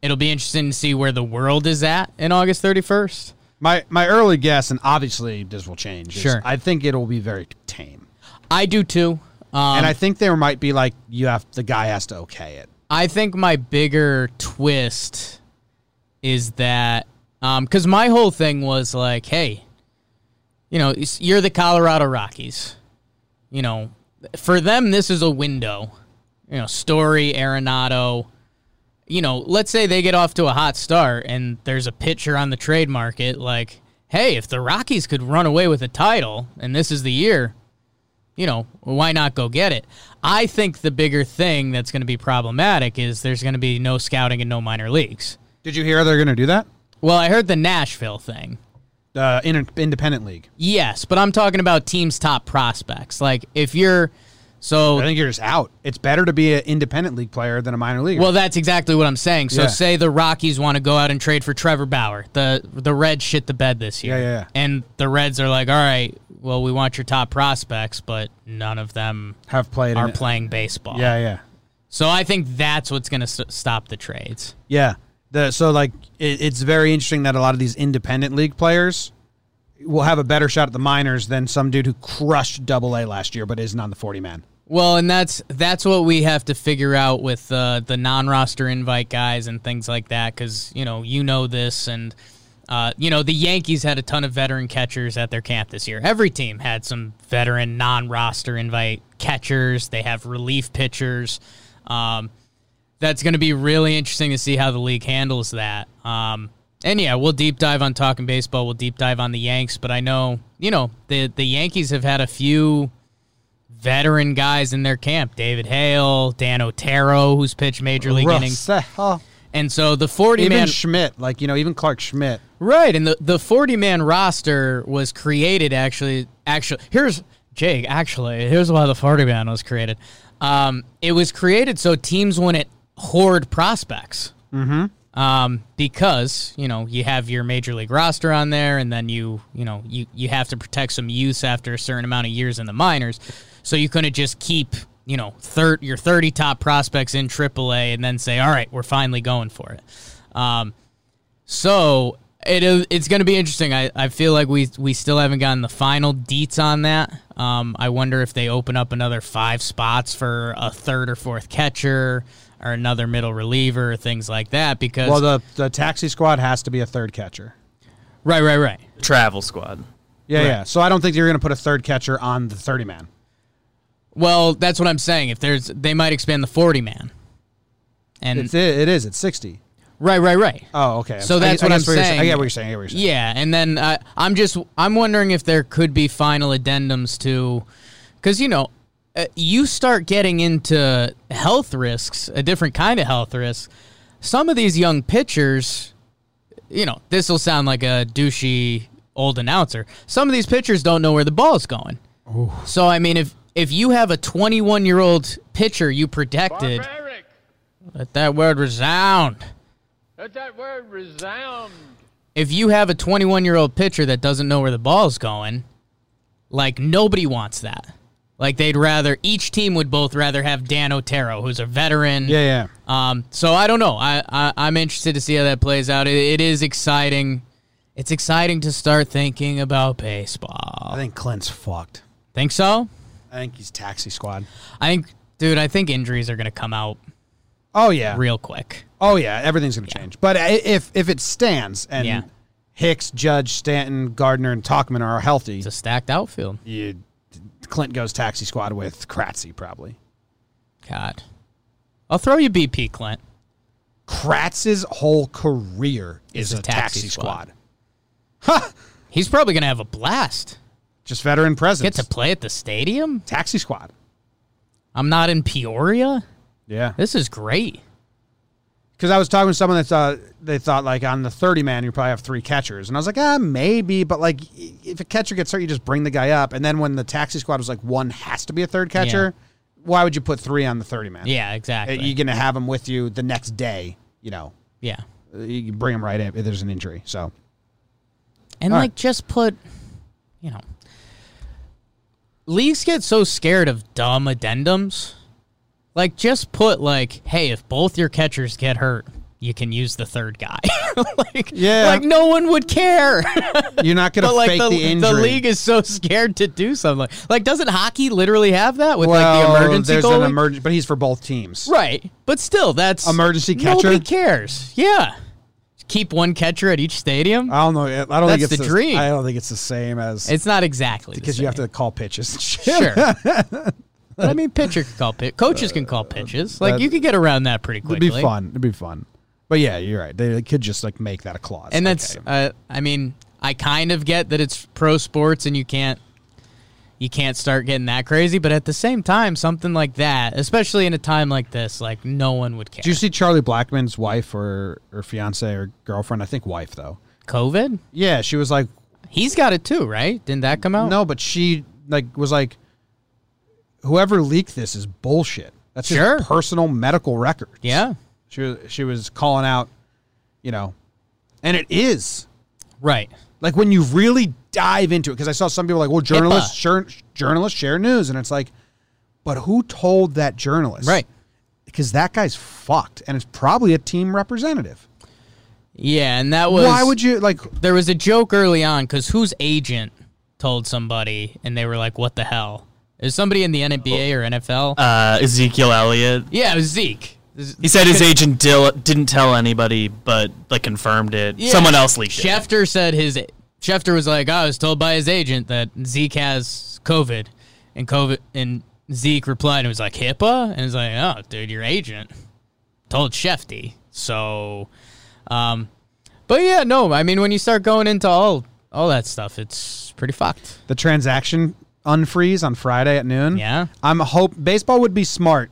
it'll be interesting to see where the world is at in August 31st.
My my early guess, and obviously this will change. is
Sure.
I think it'll be very tame,
I do too. Um,
and I think there might be like you have the guy has to okay it.
I think my bigger twist is that because my whole thing was like, hey, you know, it's- you're the Colorado Rockies. You know, for them, this is a window. You know, Story, Arenado. You know, let's say they get off to a hot start and there's a pitcher on the trade market like, hey, if the Rockies could run away with a title and this is the year, you know, why not go get it? I think the bigger thing that's going to be problematic is there's going to be no scouting and no minor leagues.
Did you hear they're going to do that?
Well, I heard the Nashville thing.
The uh, in, independent league.
Yes, but I'm talking about teams' top prospects. Like if you're so
I think you're just out. It's better to be an independent league player than a minor league.
Well, that's exactly what I'm saying. So
Yeah.
say the Rockies want to go out and trade for Trevor Bauer. The the Reds shit the bed this year.
Yeah, yeah, yeah.
And the Reds are like, "All right, well, we want your top prospects, but none of them
have played
are
in it.
playing baseball."
Yeah, yeah.
So I think that's what's going to s- stop the trades.
Yeah. The, so like it, it's very interesting that a lot of these independent league players will have a better shot at the minors than some dude who crushed double A last year but isn't on the 40 man.
Well, and that's that's what we have to figure out with uh, the non-roster invite guys and things like that, because you know you know this, and uh, you know the Yankees had a ton of veteran catchers at their camp this year. Every team had some veteran non-roster invite catchers. They have relief pitchers. Um, that's going to be really interesting to see how the league handles that. Um, and yeah, we'll deep dive on talking baseball. We'll deep dive on the Yanks, but I know you know the the Yankees have had a few veteran guys in their camp. David Hale, Dan Otero, who's pitched major league innings,
Russell.
and so the forty
Even
man
Schmidt, like you know, even Clark Schmidt.
right, and the the forty man roster was created actually. Actually, here's Jake. Actually, here's why the forty man was created. Um, it was created so teams wouldn't hoard prospects. Um, because you know you have your major league roster on there, and then you you know you you have to protect some youth after a certain amount of years in the minors, so you couldn't just keep you know third your thirty top prospects in AAA and then say, all right, we're finally going for it. Um, so it is it's going to be interesting. I, I feel like we we still haven't gotten the final deets on that. Um, I wonder if they open up another five spots for a third or fourth catcher or another middle reliever, things like that. Because
Well, the the taxi squad has to be a third catcher.
right, right, right.
Travel squad.
Yeah, yeah. So I don't think you're going to put a third catcher on the 30 man.
Well, that's what I'm saying. If there's, they might expand the forty man. And
It's it, it is. It's 60.
right, right, right.
Oh, okay.
Mm. So that's
I,
what
I
I'm
guess you're I
saying.
get what you're saying. I get what you're saying.
Yeah, and then uh, I'm just I'm wondering if there could be final addendums to, because you know, uh, you start getting into health risks, a different kind of health risk. Some of these young pitchers, you know, this will sound like a douchey old announcer. Some of these pitchers don't know where the ball's going. So I mean, if if you have a 21 year old pitcher you protected,
Barbaric.
let that word resound.
Let that word resound.
If you have a 21 year old pitcher that doesn't know where the ball's going, like nobody wants that. Like they'd rather each team would both rather have Dan Otero, who's a veteran.
Yeah, yeah.
Um, so I don't know. I, I I'm interested to see how that plays out. It, it is exciting. It's exciting to start thinking about
I
baseball.
think Clint's fucked.
Think so?
I think he's taxi squad.
I think, dude. I think injuries are gonna come out
Oh yeah.
real quick.
Oh yeah. Everything's gonna change. But i- if if it stands and
Yeah.
Hicks, Judge, Stanton, Gardner, and Talkman are healthy,
It's a stacked outfield.
you, Clint goes taxi squad with Kratzy probably.
God, I'll throw you BP, Clint.
Kratz's whole career is
Is
a,
a taxi
taxi, squad.
squad. He's probably gonna have a blast.
Just veteran
Get
presence.
to play at the stadium.
taxi squad.
I'm not in Peoria.
Yeah.
This is great.
because I was talking to someone that thought they thought like on the thirty man you probably have three catchers, and I was like, ah, maybe, but like y- if a catcher gets hurt, you just bring the guy up, and then when the taxi squad was like one has to be a third catcher, why would you put three on the thirty man?
Yeah,
Uh,
exactly.
you're gonna have them with you the next day. You know,
yeah,
Uh, you can bring them right in if there's an injury. So
and
All
like just put, you know, leagues get so scared of dumb addendums. Like just put like, hey, if both your catchers get hurt, you can use the third guy. like,
Yeah.
like no one would care.
you're not gonna
but like
fake
the,
the, injury.
the league is so scared to do something. Like, doesn't hockey literally have that with like
Well,
the emergency
there's
goalie?
an emergency, but he's for both teams.
right, but still, that's
Emergency
Nobody
catcher?
cares. Yeah, keep one catcher at each stadium.
I don't know. I don't think
That's
it's
the dream.
I don't think it's the same as
it's not exactly the
because you
same.
have to call pitches. and shit.
Sure. But I mean, pitcher can call pitch. Coaches can call pitches. Like
Uh, that-
you could get around that pretty
It'd
quickly.
be fun. It'd be fun. But yeah, you're right. They, they could just like make that a clause.
And that's.
Okay.
Uh, I mean, I kind of get that it's pro sports and you can't. You can't start getting that crazy, but at the same time, something like that, especially in a time like this, like no one would care.
Did you see Charlie Blackman's wife or or fiance or girlfriend? I think wife though.
COVID?
Yeah, she was like,
He's got it too, right? Didn't that come out?
no, but she like was like, whoever leaked this is bullshit. That's just
Sure.
personal medical records.
Yeah.
she was she was calling out, you know, and it is
Right.
like when you really dive into it because I saw some people like, well, journalists
HIPAA.
share, journalists share news, and it's like, but who told that journalist?
Right.
because that guy's fucked and it's probably a team representative.
Yeah, and that was
Why would you like
There was a joke early on because whose agent told somebody, and they were like, "What the hell?" Is somebody in the NBA or NFL?
Oh. Uh, Ezekiel Elliott.
yeah, it was Zeke.
He said his agent dil- didn't tell anybody, but like confirmed it.
Yeah.
Someone else leaked it.
Schefter said his Schefter was like, "Oh, "I was told by his agent that Zeke has COVID," and COVID and Zeke replied and was like, "HIPAA," and he's like, "Oh, dude, your agent told Shefty." So, um, but yeah, no, I mean, when you start going into all all that stuff, it's pretty fucked.
the transaction unfreeze on Friday at noon?
Yeah.
I'm hope baseball would be smart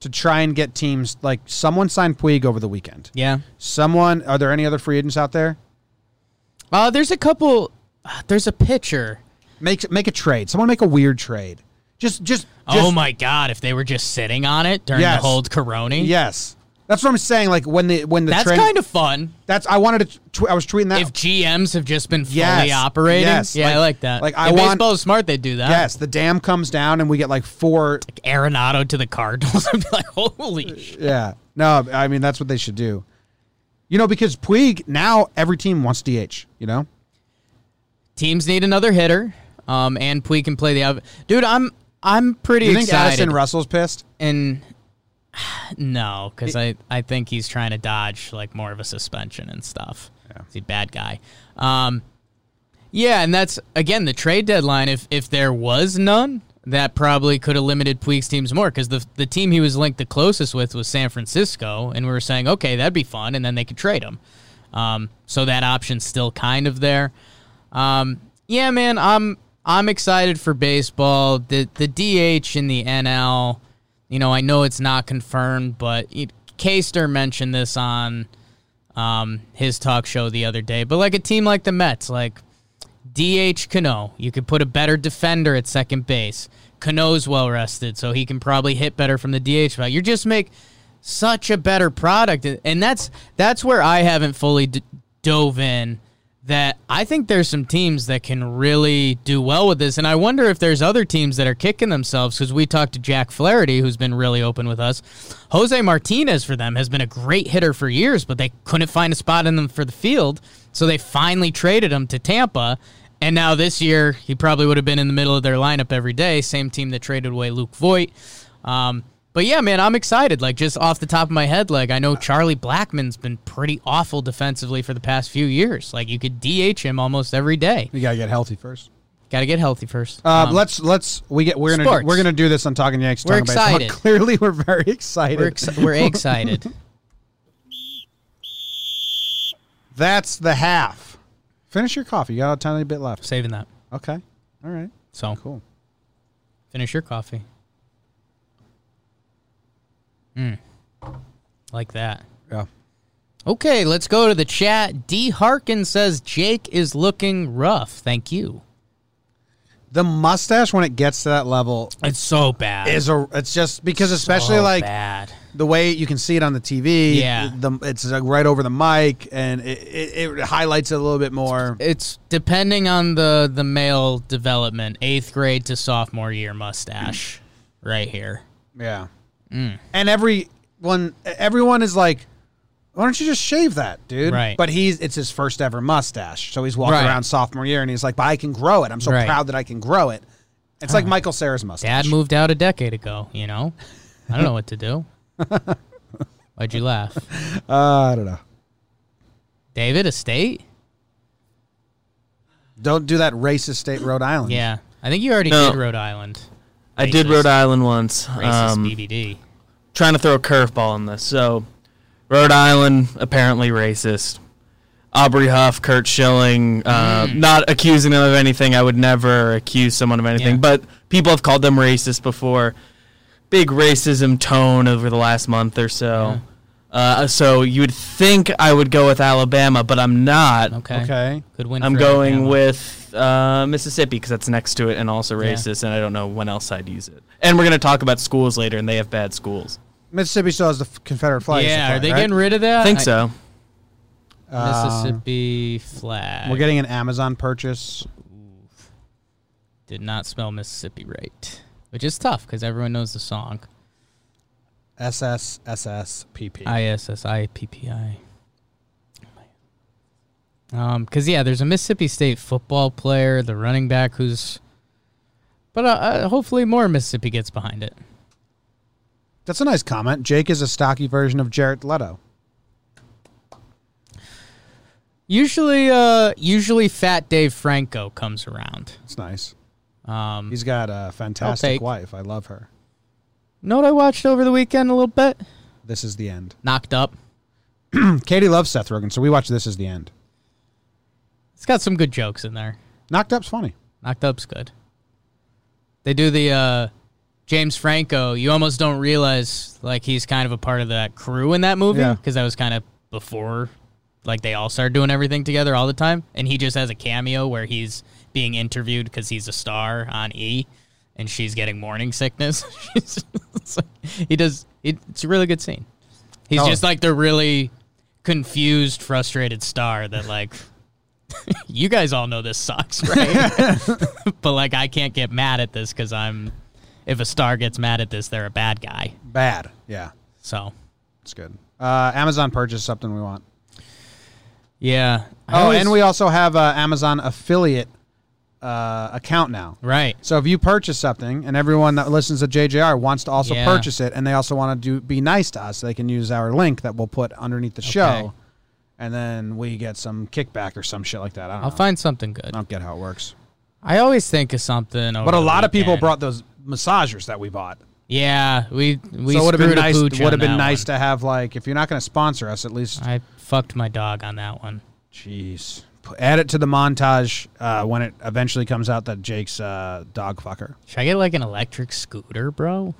to try and get teams like someone signed Puig over the weekend.
Yeah.
Someone are there any other free agents out there?
Uh, there's a couple. uh, There's a pitcher.
Make make a trade. Someone make a weird trade. Just just,
oh
just-
my god! If they were just sitting on it during
Yes.
the hold Caroni,
Yes. That's what I'm saying like when the when the
that's
trend-
kind of fun.
that's I wanted to tw- I was tweeting that
If GMs have just been fully
Yes.
operating,
Yes.
yeah,
Like-
I like that.
like,
if
I want-
baseball is smart, they do that.
yes, the dam comes down and we get like four
Arenado to the Cardinals. I'd be like, holy. sh-
Yeah. No, I mean that's what they should do. You know, because Puig now every team wants DH. You know,
Teams need another hitter, um, and Puig can play the out. Dude, I'm I'm pretty
do you think
excited.
Addison Russell's pissed?
and no, because I, I think he's trying to dodge like more of a suspension and stuff. He's a bad guy. Um, yeah, and that's again the trade deadline. If if there was none, that probably could have limited Puig's teams more because the the team he was linked the closest with was San Francisco, and we were saying okay that'd be fun, and then they could trade him. Um, so that option's still kind of there. Um, yeah, man, I'm I'm excited for baseball. The the DH in the NL, you know, I know it's not confirmed, but it, Kaster mentioned this on um, his talk show the other day. But like a team like the Mets, like DH Cano. You could put a better defender at second base. Cano's well rested, so he can probably hit better from the DH spot. You just make such a better product, and that's that's where I haven't fully d- dove in. That I think there's some teams that can really do well with this, and I wonder if there's other teams that are kicking themselves because we talked to Jack Flaherty, who's been really open with us. Jose Martinez for them has been a great hitter for years, but they couldn't find a spot in them for the field. So they finally traded him to Tampa. And now this year, he probably would have been in the middle of their lineup every day. Same team that traded away Luke Voigt. Um, but yeah, man, I'm excited. Like just off the top of my head, like I know Charlie Blackman's been pretty awful defensively for the past few years. Like you could DH him almost every day.
We gotta get healthy first.
Got to get healthy first. Um,
Uh, let's let's we get we're gonna
sports.
we're gonna do this on talking Yanks.
We're
Talking Baseball.
excited.
Clearly, we're very excited.
we're, ex- we're excited.
That's the half. Finish your coffee. You got a tiny bit left.
Saving that.
Okay. All right.
So
Cool.
finish your coffee. Mm. Like that.
Yeah.
Okay, let's go to the chat. D Harkin says Jake is looking rough. Thank you.
The mustache when it gets to that level
It's so bad.
is a. It's just because especially
So
like
bad.
the way you can see it on the TV.
Yeah.
The, it's like right over the mic and it, it, it highlights it a little bit more.
It's depending on the the male development, eighth grade to sophomore year mustache, right here.
Yeah. And everyone, everyone is like, why don't you just shave that, dude?
Right.
But he's it's his first ever mustache, so he's walking
Right.
around sophomore year, and he's like, but I can grow it. I'm so
Right.
proud that I can grow it. It's like Michael Sarah's mustache.
Dad moved out a decade ago. You know, I don't know what to do. Why'd you laugh,
uh, I don't know.
David? Estate?
Don't do that racist state, Rhode Island.
Yeah, I think you already
No.
did Rhode Island.
I did
Racist.
Rhode Island once.
Racist
um,
BBD.
trying to throw a curveball in this. So, Rhode Island apparently racist. Aubrey Huff, Kurt Schilling, uh,
Mm.
not accusing them of anything. I would never accuse someone of anything,
Yeah.
but people have called them racist before. Big racism tone over the last month or so. Uh, so you would think I would go with Alabama, but I'm not.
Okay.
Okay.
Good win.
I'm
for
going
Alabama.
with uh, Mississippi because that's next to it and also
Yeah.
racist, and I don't know when else I'd use it. And we're going to talk about schools later, and they have bad schools.
Mississippi still has the f- Confederate flag. as the
Yeah, are
flag,
they
right?
getting rid of that?
I think so.
Uh,
Mississippi flag.
we're getting an Amazon purchase.
Did not spell Mississippi right, which is tough because everyone knows the song.
SSSSPP.
I S S I P P I. Um, because yeah, there's a Mississippi State football player, the running back, who's. But uh, uh, hopefully, more Mississippi gets behind it.
That's a nice comment. Jake is a stocky version of Jared Leto.
Usually, uh, usually Fat Dave Franco comes around.
It's nice.
Um,
He's got a fantastic
take.
wife. I love her.
know what I watched over the weekend a little bit?
This is the end.
Knocked up.
Katie loves Seth Rogen, so we watch This Is the End.
It's got some good jokes in there.
Knocked Up's funny.
Knocked Up's good. They do the uh, James Franco. You almost don't realize like he's kind of a part of that crew in that movie
Yeah.
because that was kind of before, like they all started doing everything together all the time, and he just has a cameo where he's being interviewed because he's a star on E, and she's getting morning sickness. She's- it's like- he does. It, it's a really good scene. He's
Oh.
just like the really confused, frustrated star that like you guys all know this sucks, right? but like, I can't get mad at this because I'm. If a star gets mad at this, they're a bad guy.
Bad. Yeah,
So
it's good. Uh, Amazon purchase something we want.
yeah. I
Oh,
always-
and we also have an Amazon affiliate uh, account now.
right.
So if you purchase something, and everyone that listens to JJR wants to also
Yeah.
purchase it, and they also want to do be nice to us, they can use our link that we'll put underneath the
Okay.
show, and then we get some kickback or some shit like that. I don't
I'll
know.
find something good.
I don't get how it works.
I always think of something. Over
But a
the
lot of people
weekend.
brought those massagers that we bought.
Yeah, we we
so it would have been
screwed a
nice.
pooch
Would
on
have been
that
nice
one.
to have like if you're not going to sponsor us, at least.
I fucked my dog on that one.
Jeez, P- add it to the montage uh, when it eventually comes out that Jake's uh, dog fucker.
Should I get like an electric scooter, bro?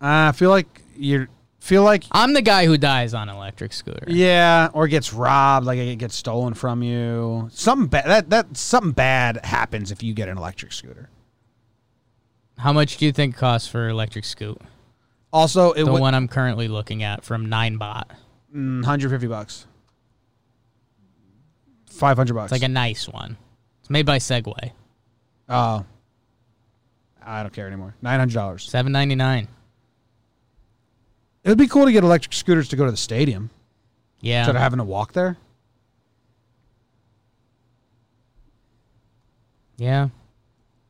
I feel like you're feel like
I'm the guy who dies on electric scooter.
yeah, or gets robbed, like it gets stolen from you. Something bad that that something bad happens if you get an electric scooter.
How much do you think it costs for electric scoot?
Also, it
The
was
one I'm currently looking at from Ninebot.
hundred fifty bucks, five hundred bucks.
It's like a nice one. It's made by Segway.
oh, I don't care anymore. Nine hundred dollars.
Seven ninety nine.
It would be cool to get electric scooters to go to the stadium
Yeah.
instead of having to walk there.
Yeah.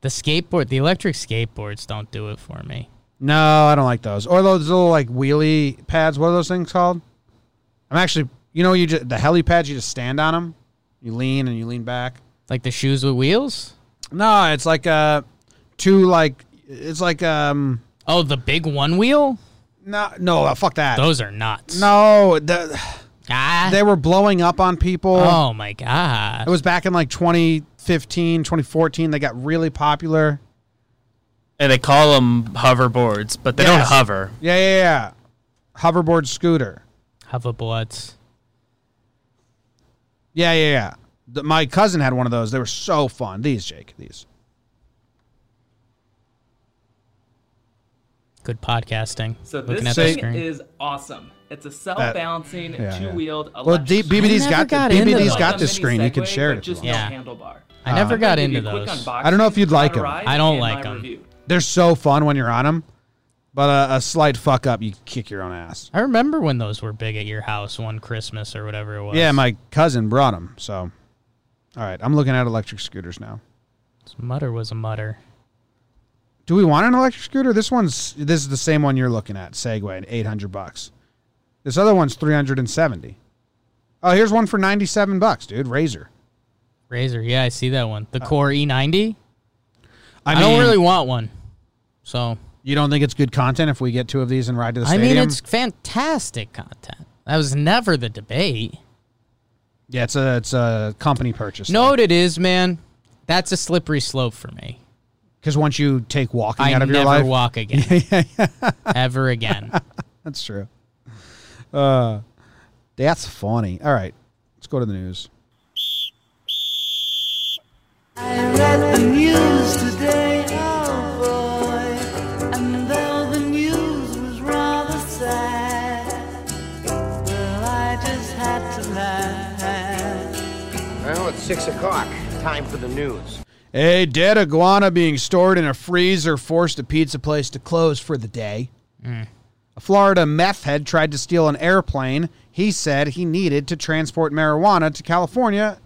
The skateboard, the electric skateboards don't do it for me.
No, I don't like those. Or those little like wheelie pads. What are those things called? I'm actually, you know, you just, the heli pads. You just stand on them. You lean and you lean back.
Like the shoes with wheels?
No, it's like uh two like it's like um
Oh, the big one wheel?
no no uh, fuck that
Those are nuts.
no the,
Ah.
they were blowing up on people.
oh my
It
god.
was back in like 2015, 2014. They got really popular.
And they call them hoverboards, but they
Yes.
don't hover.
Yeah, yeah, yeah. Hoverboard scooter.
Hoverboards.
Yeah, yeah, yeah. The, my cousin had one of those. They were so fun. These, Jake. These.
Good podcasting.
So
Looking
this
at the
thing
screen.
is awesome. It's a self-balancing
yeah.
two-wheeled electric.
Well, D- BBD's
I
got,
never got into
BBD's
those.
got
a
this
mini
screen. You can
Segway,
share
but
it. If
Just
you
no
want.
want. Yeah.
handlebar.
I never
I'm
got
gonna give
into
you a Uh, quick
those.
unboxing,
I don't know if you'd like 'em.
how to ride,
I don't
and my
like 'em.
review.
They're so fun when you're on them, but a, a slight fuck up, you kick your own ass.
I remember when those were big at your house one Christmas or whatever it was.
Yeah, my cousin brought them. So, all right, I'm looking at electric scooters now.
His mutter was a mutter.
Do we want an electric scooter? This one's this is the same one you're looking at, Segway, at 800 bucks. This other one's 370. Oh, here's one for 97 bucks, dude. Razor.
Razor, yeah, I see that one. The Core E90.
Uh, I,
I,
mean,
don't really want one. So
You don't think it's good content if we get two of these and ride to the
I
stadium?
mean, it's fantastic content. That was never the debate.
yeah, it's a it's a company purchase.
Know what it is, man? That's a slippery slope for me.
because once you take walking
I
out of
never
your life,
walk again, ever again.
That's true. Uh, that's funny. All right, let's go to the news.
I read the news today, oh boy, and though the news was rather sad, well, I just had to laugh.
Well, it's six o'clock. Time for the news.
A dead iguana being stored in a freezer forced a pizza place to close for the day. A Florida meth head tried to steal an airplane he said he needed to transport marijuana to California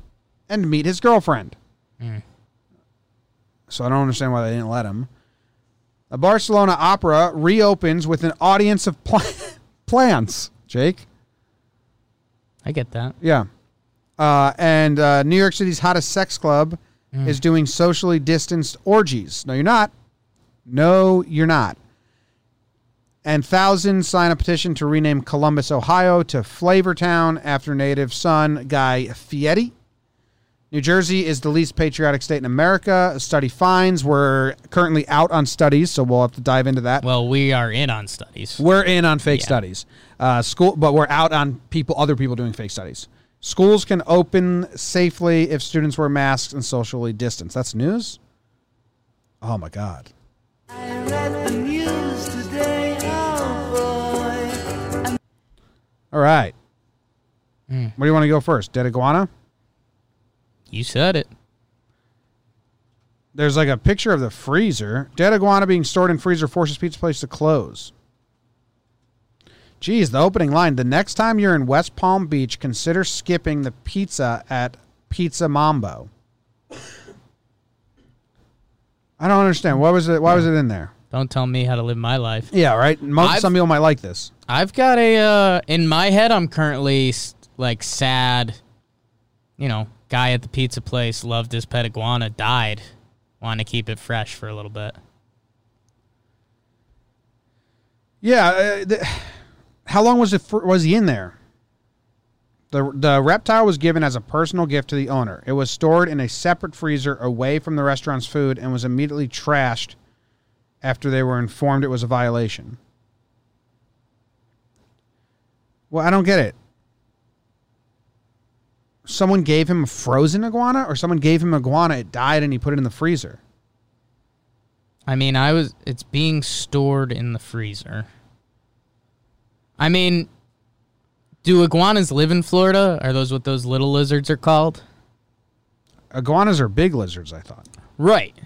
and meet his girlfriend. So I don't understand why they didn't let him. A Barcelona opera reopens with an audience of pla- plants, Jake.
I get that.
Yeah. Uh, and uh, New York City's hottest sex club is doing socially distanced orgies. No, you're not. No, you're not. And thousands sign a petition to rename Columbus, Ohio to Flavortown after native son Guy Fieri. New Jersey is the least patriotic state in America. A study finds we're currently out on studies, so we'll have to dive into that.
Well, we are in on studies.
We're in on fake studies. Uh, school, but we're out on people, other people doing fake studies. Schools can open safely if students wear masks and socially distance. That's news. Oh my god.
I read the news today, oh boy.
All right. Where do you want to go first? Dead iguana.
You said it.
There's like a picture of the freezer. Dead iguana being stored in freezer forces pizza place to close. Geez, the opening line. The next time you're in West Palm Beach, consider skipping the pizza at Pizza Mambo. I don't understand. Why was it why was it in there?
Don't tell me how to live my life.
Yeah, right? Mo-
I've-
some people might like this.
I've got a uh, in my head. I'm currently s- like sad. You know, guy at the pizza place loved his pet iguana, died. Want to keep it fresh for a little bit.
Yeah, uh, the, how long was it fr- was he in there? The, the reptile was given as a personal gift to the owner. It was stored in a separate freezer away from the restaurant's food and was immediately trashed after they were informed it was a violation. Well, I don't get it. Someone gave him a frozen iguana, or someone gave him iguana. It died, and he put it in the freezer.
I mean, I was. It's being stored in the freezer. I mean, do iguanas live in Florida? Are those what those little lizards are called?
Iguanas are big lizards, I thought.
Right.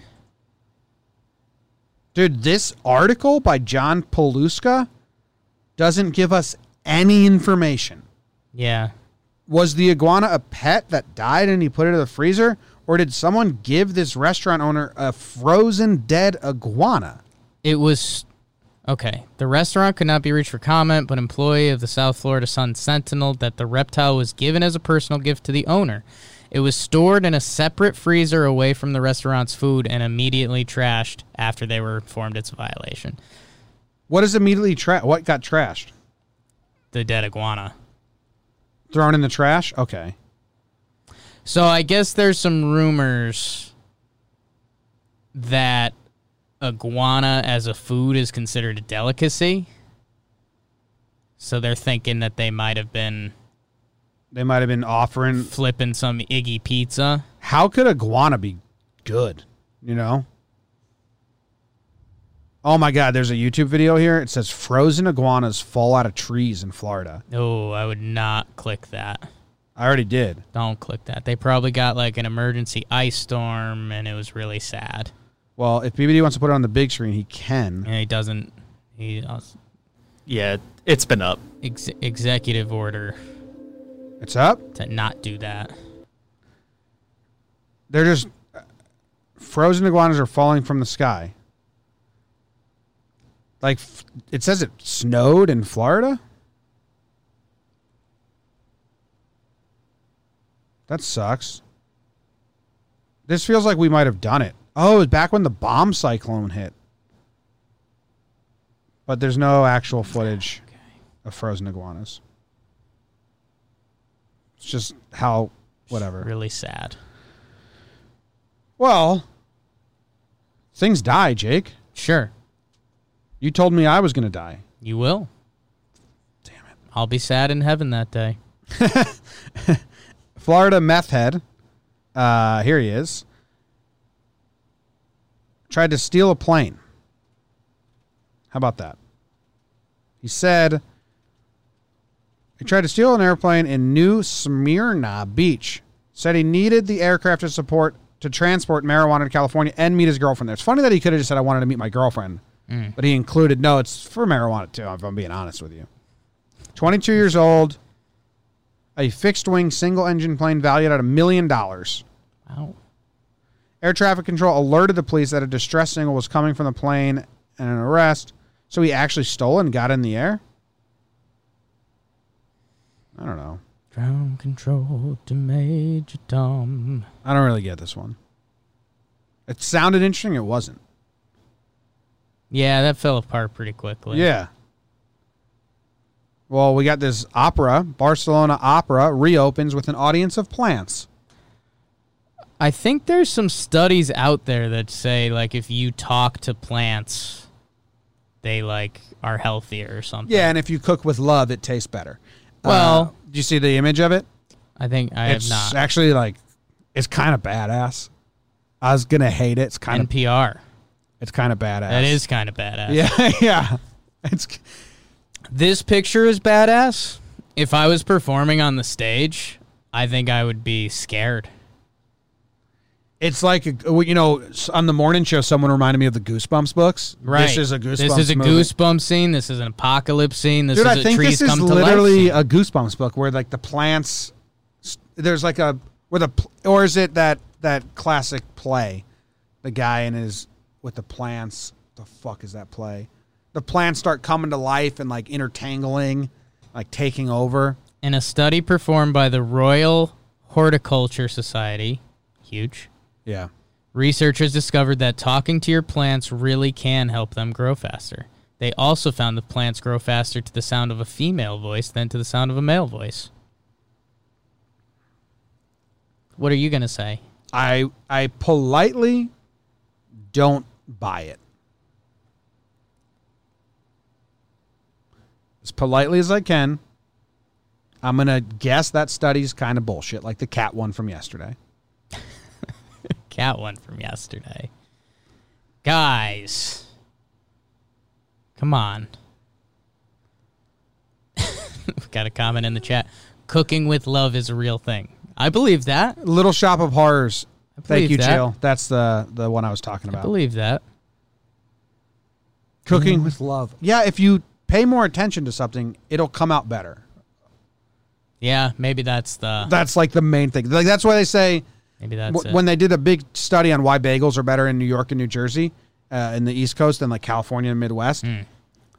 Dude, this article by John Poluska doesn't give us any information.
Yeah.
Was the iguana a pet that died and he put it in the freezer? Or did someone give this restaurant owner a frozen dead iguana?
It was. Okay. The restaurant could not be reached for comment, but employee of the South Florida Sun Sentinel that the reptile was given as a personal gift to the owner. It was stored in a separate freezer away from the restaurant's food and immediately trashed after they were informed it's a violation.
What is immediately tra- what got trashed?
The dead iguana.
Thrown in the trash? Okay.
So I guess there's some rumors that iguana as a food is considered a delicacy. So they're thinking that they might have been
They might have been offering
flipping some Iggy pizza.
how could iguana be good? You know? Oh my god, there's a YouTube video here. It says frozen iguanas fall out of trees in Florida.
Oh, I would not click that.
I already did.
Don't click that. They probably got like an emergency ice storm and it was really sad.
Well, if BBD wants to put it on the big screen, he can.
And he doesn't he uh, s-
Yeah, it's been up.
ex- executive order
It's up.
to not do that.
They're just frozen iguanas are falling from the sky. Like f- it says it snowed in Florida? That sucks. This feels like we might have done it. Oh, it was back when the bomb cyclone hit. But there's no actual footage of frozen iguanas. It's just how whatever.
Really sad.
Well, things die, Jake.
Sure.
You told me I was going to die.
You will.
Damn it.
I'll be sad in heaven that day.
Florida meth head. Uh, here he is. Tried to steal a plane. How about that? He said he tried to steal an airplane in New Smyrna Beach. Said he needed the aircraft to support to transport marijuana to California and meet his girlfriend there. It's funny that he could have just said, "I wanted to meet my girlfriend," but he included, "No, it's for marijuana too." If I'm being honest with you, 22 years old, a fixed-wing single-engine plane valued at a million dollars.
Wow.
Air traffic control alerted the police that a distress signal was coming from the plane and an arrest. So he actually stole and got in the air? I don't know.
Ground control to Major Tom.
I don't really get this one. It sounded interesting. It wasn't.
Yeah, that fell apart pretty quickly.
Yeah. Well, we got this opera. Barcelona Opera reopens with an audience of plants.
I think there's some studies out there that say like if you talk to plants, they like are healthier or something.
Yeah, and if you cook with love, it tastes better.
Well-
Uh, do you see the image of it?
I think I
it's
have not.
actually like, it's kind of badass. I was gonna hate it. It's kind of
NPR.
It's kind of badass.
That is kind of badass.
Yeah, yeah. It's
This picture is badass. If I was performing on the stage, I think I would be scared.
it's like a, well, you know on the morning show someone reminded me of the Goosebumps books.
Right.
This is a Goosebumps.
This is a
movie.
goosebump scene. This is an apocalypse scene. This
Dude,
is a
I think
trees
this is
come to life scene.
literally a Goosebumps book where like the plants. There's like a where the pl- or is it that that classic play, the guy and his with the plants. The fuck is that play? The plants start coming to life and like intertangling, like taking over.
in a study performed by the Royal Horticulture Society, huge,
Yeah.
researchers discovered that talking to your plants really can help them grow faster. They also found that plants grow faster to the sound of a female voice than to the sound of a male voice. What are you going to say?
I I politely don't buy it. As politely as I can, I'm gonna guess that study's kind of bullshit, like the cat one from yesterday.
Cat one from yesterday. Guys, come on. We've got a comment in the chat. Cooking with love is a real thing. I believe that.
Little Shop of Horrors. Thank
believe
you,
that.
Jill. That's the the one I was talking
I
about.
believe that.
Cooking with love. Yeah, if you pay more attention to something, it'll come out better.
Yeah, maybe that's the
That's like the main thing. Like that's why they say
maybe that's
w-
it.
when they did a big study on why bagels are better in New York and New Jersey, uh, in the East Coast than like California and Midwest,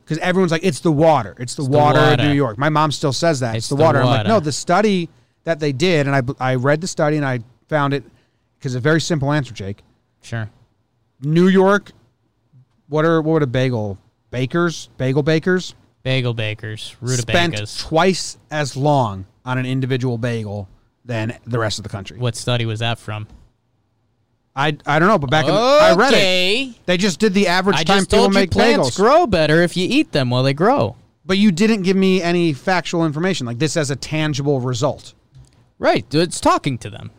because everyone's like, it's the water, it's the,
Hmm. the
water,
water.
of New York. My mom still says that it's,
It's
the,
the
water. I'm like,
water.
no, the study that they did, and I b- I read the study and I found it because a very simple answer, Jake.
sure.
New York, what are what would a bagel bakers bagel bakers
Bagel bakers,
spent
rutabagas.
twice as long on an individual bagel than the rest of the country.
what study was that from?
I, I don't know, but back in the, I read it. They just did the average
I
time
just
people
told you
make
plants
bagels.
grow better if you eat them while they grow.
but you didn't give me any factual information like this as a tangible result.
Right. It's talking to them.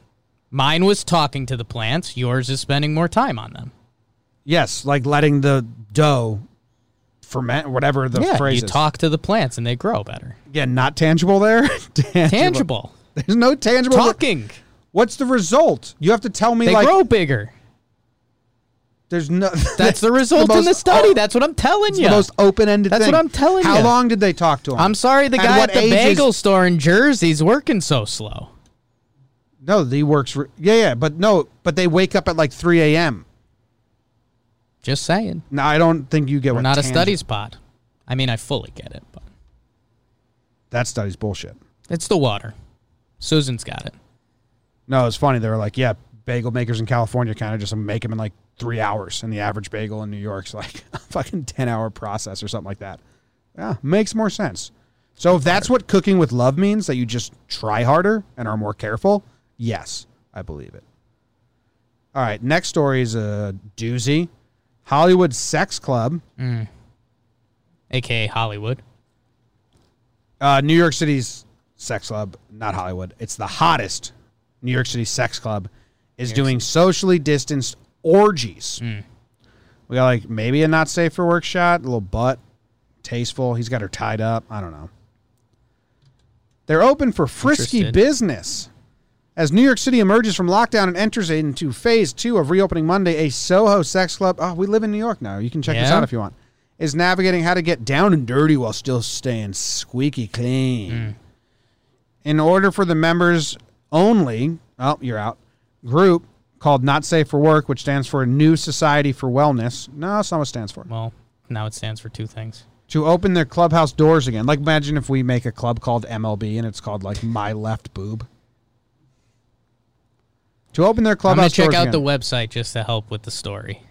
Mine was talking to the plants. Yours is spending more time on them.
Yes, like letting the dough ferment, whatever the
yeah.
phrase
You
is.
talk to the plants and they grow better.
Again, not tangible there. tangible.
Tangible.
There's no tangible.
Talking.
What's the result? You have to tell me
They
like
grow bigger.
there's no.
That's the result in the
most-
study. That's what I'm telling
It's
you.
the most open-ended
That's
thing.
what I'm telling
How
you.
long did they talk to him?
I'm sorry the
And
guy
what
at the
ages-
bagel store in Jersey's working so slow.
No, he works. Re- yeah, yeah, but no, but they wake up at like 3 a.m.
Just saying.
No, I don't think you get
We're
what
not
tangi-
a studies pod. I mean, I fully get it, but
That study's bullshit.
it's the water. Susan's got it.
No, it's funny. They were like, yeah, bagel makers in California kind of just make them in like three hours, and the average bagel in New York's like a fucking ten-hour process or something like that. Yeah, makes more sense. So if that's what cooking with love means, that you just try harder and are more careful, yes, I believe it. All right, next story is a doozy. Hollywood Sex Club,
AKA Hollywood.
uh, New York City's sex club, not Hollywood. It's the hottest New York City sex club is doing socially distanced orgies. We got like maybe a not safe for work shot, a little butt, tasteful. He's got her tied up. I don't know. They're open for frisky
Interested.
business. As New York City emerges from lockdown and enters into phase two of reopening Monday, a Soho sex club. Oh, we live in New York now. You can check this
Yeah?
out if you want. Is navigating how to get down and dirty while still staying squeaky clean. In order for the members only, oh, you're out, group called Not Safe for Work, which stands for New Society for Wellness. No, that's not what it stands for.
Well, now it stands for two things.
To open their clubhouse doors again. Like, imagine if we make a club called MLB and it's called, like, My Left Boob. To open their
I'm gonna
clubhouse
check
doors
out
again.
the website just to help with the story.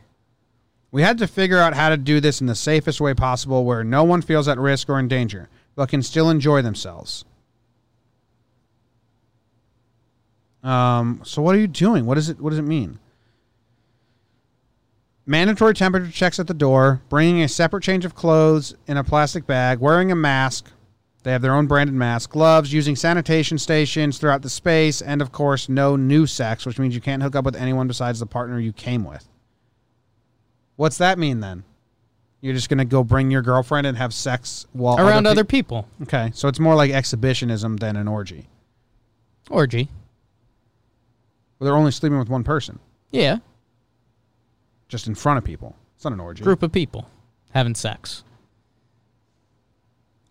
We had to figure out how to do this in the safest way possible where no one feels at risk or in danger, but can still enjoy themselves. Um, so what are you doing? What is it what does it mean? Mandatory temperature checks at the door, bringing a separate change of clothes in a plastic bag, wearing a mask. They have their own branded mask, gloves, using sanitation stations throughout the space, and of course, no new sex, which means you can't hook up with anyone besides the partner you came with. What's that mean then? You're just gonna go bring your girlfriend and have sex while
Around other
pe-
people.
okay, so it's more like exhibitionism than an orgy.
Orgy.
Well, they're only sleeping with one person,
Yeah.
just in front of people. It's not an orgy.
Group of people having sex.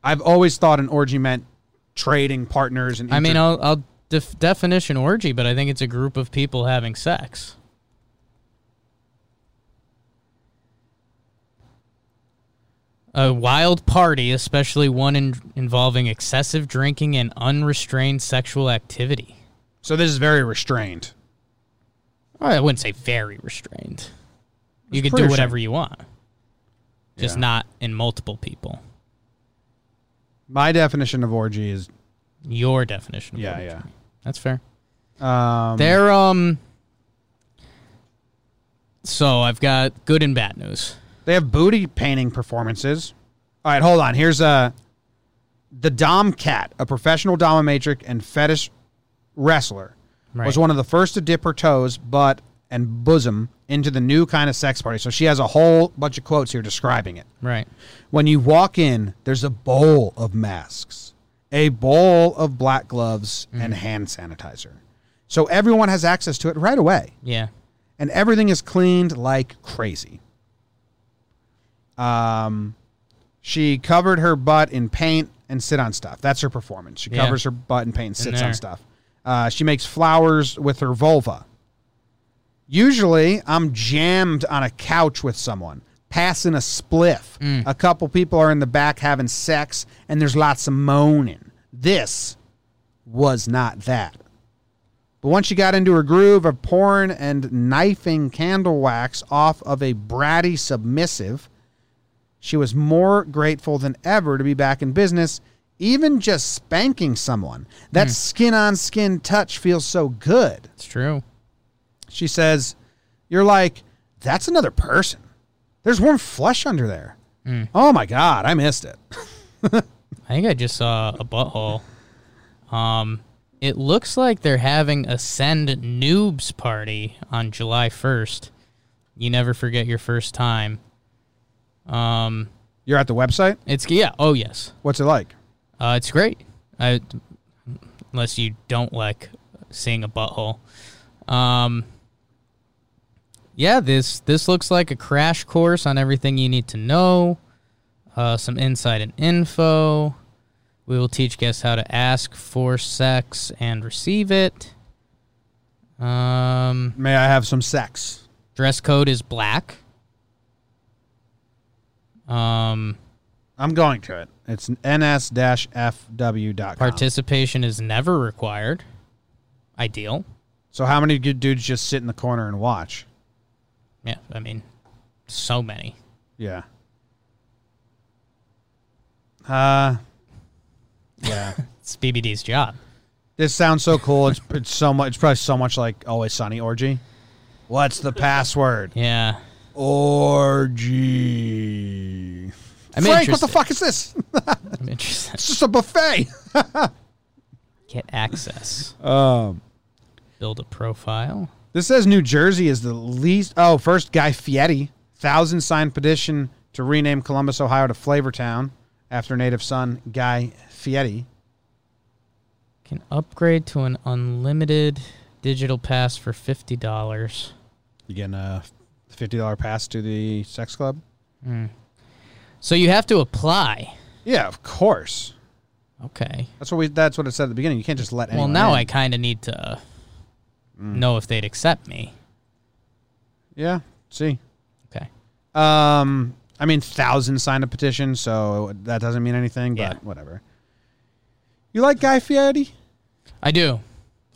I've always thought an orgy meant trading partners and.
I mean,
inter-
I'll, I'll def- definition orgy, but I think it's a group of people having sex. A wild party, especially one in- involving excessive drinking and unrestrained sexual activity.
so this is very restrained.
Well, I wouldn't say very restrained. You
It's
could do
pretty
whatever you want, just
Yeah.
not in multiple people.
My definition of orgy is
Your definition. Of
yeah,
orgy.
yeah.
That's fair.
Um,
They're um. So I've got good and bad news.
they have booty painting performances. All right, hold on. Here's a uh, The Dom Cat, a professional dominatrix and fetish wrestler, was
Right.
one of the first to dip her toes, butt, and bosom into the new kind of sex party. So she has a whole bunch of quotes here describing it.
Right.
When you walk in, there's a bowl of masks, a bowl of black gloves, and hand sanitizer. So everyone has access to it right away,
Yeah.
and everything is cleaned like crazy. Um, she covered her butt in paint and sit on stuff. That's her performance. She
Yeah.
covers her butt in paint and sits on
there.
stuff. Uh, she makes flowers with her vulva. Usually, I'm jammed on a couch with someone, passing a spliff. A couple people are in the back having sex, and there's lots of moaning. This was not that. But once she got into her groove of pouring and knifing candle wax off of a bratty submissive, she was more grateful than ever to be back in business. Even just spanking someone, that skin on skin touch feels so good.
It's true.
She says, You're like, that's another person. There's warm flesh under there. Oh my God, I missed it.
I think I just saw a butthole. Um, it looks like they're having a send noobs party on July first. You never forget your first time. Um,
You're at the website?
it's yeah. Oh yes,
What's it like?
uh, it's great. I, unless you don't like seeing a butthole. Um, yeah, this this looks like a crash course on everything you need to know. Uh, some insight and info. We will teach guests how to ask for sex and receive it. Um,
May I have some sex?
dress code is black. Um,
I'm going to it. It's ns fw.com.
participation is never required. Ideal.
so, how many good dudes just sit in the corner and watch?
Yeah, I mean, so many.
Yeah. Uh, yeah.
It's BBD's job.
This sounds so cool. It's, it's so much. It's probably so much like Always Sunny orgy. What's the password?
Yeah.
Orgy.
I'm
Frank, what
interested.
the fuck is this?
I'm interested.
It's just a buffet.
Get access.
Um,
Build a profile.
this says New Jersey is the least. Oh, first Guy Fieri, thousand sign petition to rename Columbus, Ohio to Flavortown after native son Guy Fieri.
Can upgrade to an unlimited digital pass for fifty dollars.
You getting a fifty dollar pass to the sex club?
So you have to apply.
Yeah, of course.
Okay.
That's what we. That's what it said at the beginning. You can't just let.
well,
anyone
now
in.
I kind of need to know if they'd accept me.
Yeah. See.
Okay.
Um, I mean, thousands signed a petition, so that doesn't mean anything. But
Yeah.
whatever. You like Guy Fieri?
I do.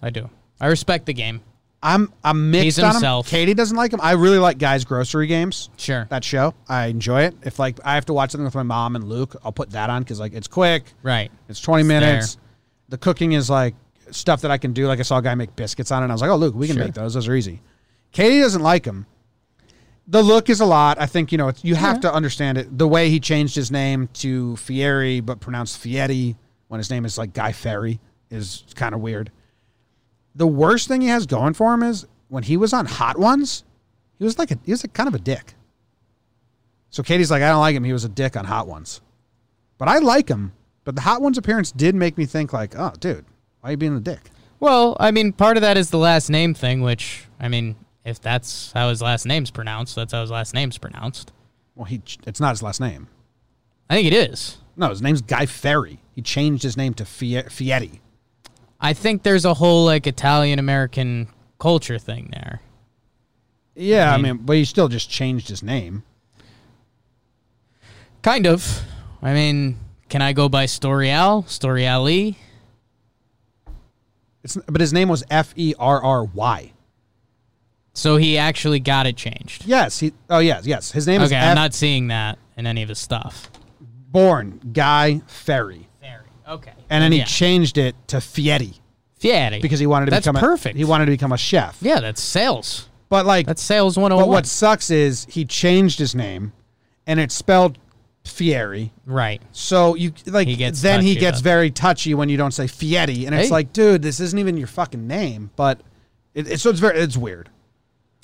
I do. I respect the game.
I'm I'm mixed
He's
on
himself.
him. Katie doesn't like him. I really like Guy's Grocery Games.
Sure.
That show, I enjoy it. If like I have to watch something with my mom and Luke, I'll put that on because like it's quick.
right.
It's 20
there.
minutes. The cooking is like stuff that I can do. Like I saw a guy make biscuits on it. And I was like, oh, Luke, we can
Sure.
make those. Those are easy. Katie doesn't like him. The look is a lot. I think, you know, it's, you have to understand it. The way he changed his name to Fieri, but pronounced Fieri when his name is like Guy Ferry is kind of weird. The worst thing he has going for him is when he was on Hot Ones, he was like a, he was like kind of a dick. So Katie's like, I don't like him. He was a dick on Hot Ones. But I like him. But the Hot Ones appearance did make me think like, oh, dude, why are you being a dick?
Well, I mean, part of that is the last name thing, which I mean, if that's how his last name's pronounced, that's how his last name's pronounced.
Well, he it's not his last name.
I think it is.
No, his name's Guy Ferry. He changed his name to Fie- Fieri.
I think there's a whole like Italian American culture thing there.
Yeah, I mean,
mean-
but he still just changed his name.
Kind of. I mean, can I go by Storial? Storiali?
It's but his name was F E R R Y.
So he actually got it changed.
Yes, he. Oh yes, yes. His name is
Okay, I'm
F-
not seeing that in any of his stuff.
born Guy Ferry,
Very. Okay.
and then he
yeah.
changed it to Fieri
Fieri.
because he wanted to
That's
become
perfect.
A, he wanted to become a chef.
Yeah, that's sales.
but like
That's sales 101.
But what sucks is he changed his name, and it's spelled Fieri.
Right.
So you like
He gets
then he
touchy
gets
about-
very touchy when you don't say Fieri, and it's
Hey.
like, dude, this isn't even your fucking name. But it, it, so it's very it's weird.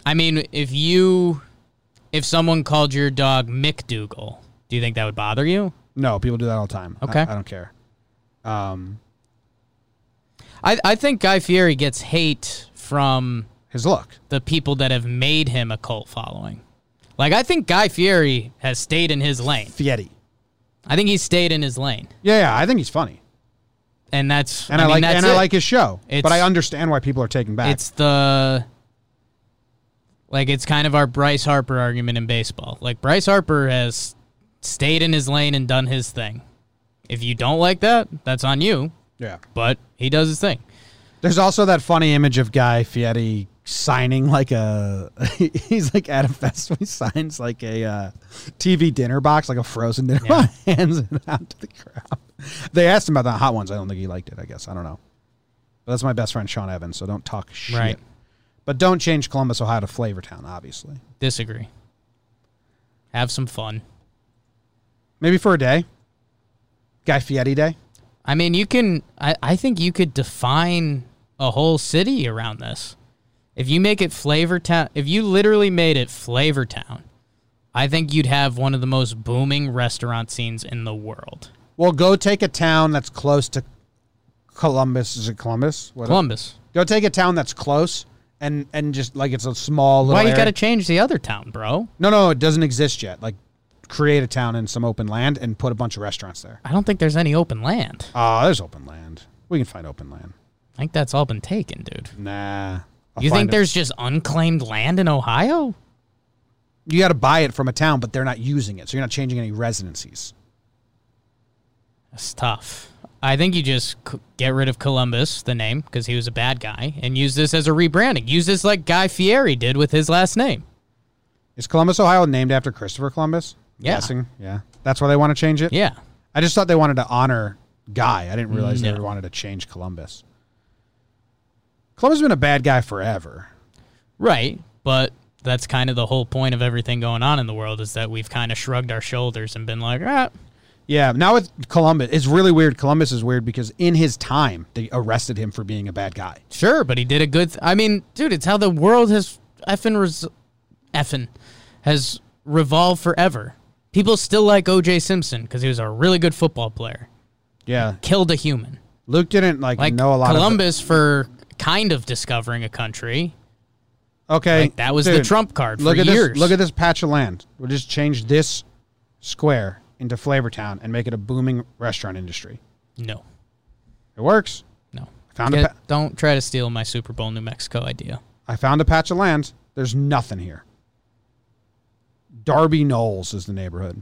I mean, if you, if someone called your dog McDougal, do you think that would bother you?
No, people do that all the time. I-
Okay.
I, don't care. Um,
I, I think Guy Fieri gets hate from
his look.
the people that have made him a cult following. Like, I think Guy Fieri has stayed in his lane.
Fieri.
I think he's stayed in his lane.
Yeah, yeah, I think he's funny,
And that's,
and I,
I, mean,
like
that's
and
it.
I like his show. but
It's-
I understand why people are taken back.
It's the like it's kind of our Bryce Harper argument in baseball. Like Bryce Harper has stayed in his lane and done his thing. If you don't like that, that's on you,
yeah.
but he does his thing.
There's also that funny image of Guy Fieri signing like a he's like at a festival he signs like a uh, TV dinner box like a frozen dinner box hands it out to the crowd. They asked him about the hot ones. I don't think he liked it. I guess I don't know. But that's my best friend Sean Evans. So don't talk shit.
Right.
But don't change Columbus, Ohio to Flavortown. Obviously,
Disagree. Have some fun.
maybe for a day. Guy Fieri Day.
I mean, you can I, I think you could define a whole city around this. If you make it Flavor Town, if you literally made it Flavor Town, I think you'd have one of the most booming restaurant scenes in the world.
Well, go take a town that's close to Columbus. Is it Columbus? What
Columbus.
Go take a town that's close and and just like it's a small little.
Why you
area.
got to change the other town, bro?
No, no, it doesn't exist yet. Like, create a town in some open land and put a bunch of restaurants there.
I don't think there's any open land.
Ah, there's open land. We can find open land.
I think that's all been taken, dude.
Nah. I'll
you
find
think
it.
there's just unclaimed land in Ohio?
You got to buy it from a town, but they're not using it, so you're not changing any residencies.
That's tough. I think you just c- get rid of Columbus, the name, because he was a bad guy, and use this as a rebranding. Use this like Guy Fieri did with his last name.
Is Columbus, Ohio, named after Christopher Columbus? I'm
Yeah.
Guessing? Yeah. That's why they want to change it.
Yeah.
I just thought they wanted to honor Guy. I didn't realize they
No.
wanted to change Columbus. Columbus has been a bad guy forever.
Right. But that's kind of the whole point of everything going on in the world is that we've kind of shrugged our shoulders and been like, ah,
Yeah, now with Columbus, it's really weird. Columbus is weird because in his time, they arrested him for being a bad guy.
Sure, but he did a good. Th- I mean, dude, it's how the world has effing res- effing has revolved forever. People still like O.J. Simpson because he was a really good football player.
Yeah,
Killed a human.
Luke didn't like,
Like
know a lot.
Columbus for kind of discovering a country.
of okay,
like, that was the trump card for
look at
years.
This, look at this patch of land. We'll just change this square into Flavortown and make it a booming restaurant industry.
No,
It works.
no.
Found a
Get-
pa-
don't try to steal my Super Bowl New Mexico idea.
I found a patch of land. There's nothing here. Darby Knowles is the neighborhood.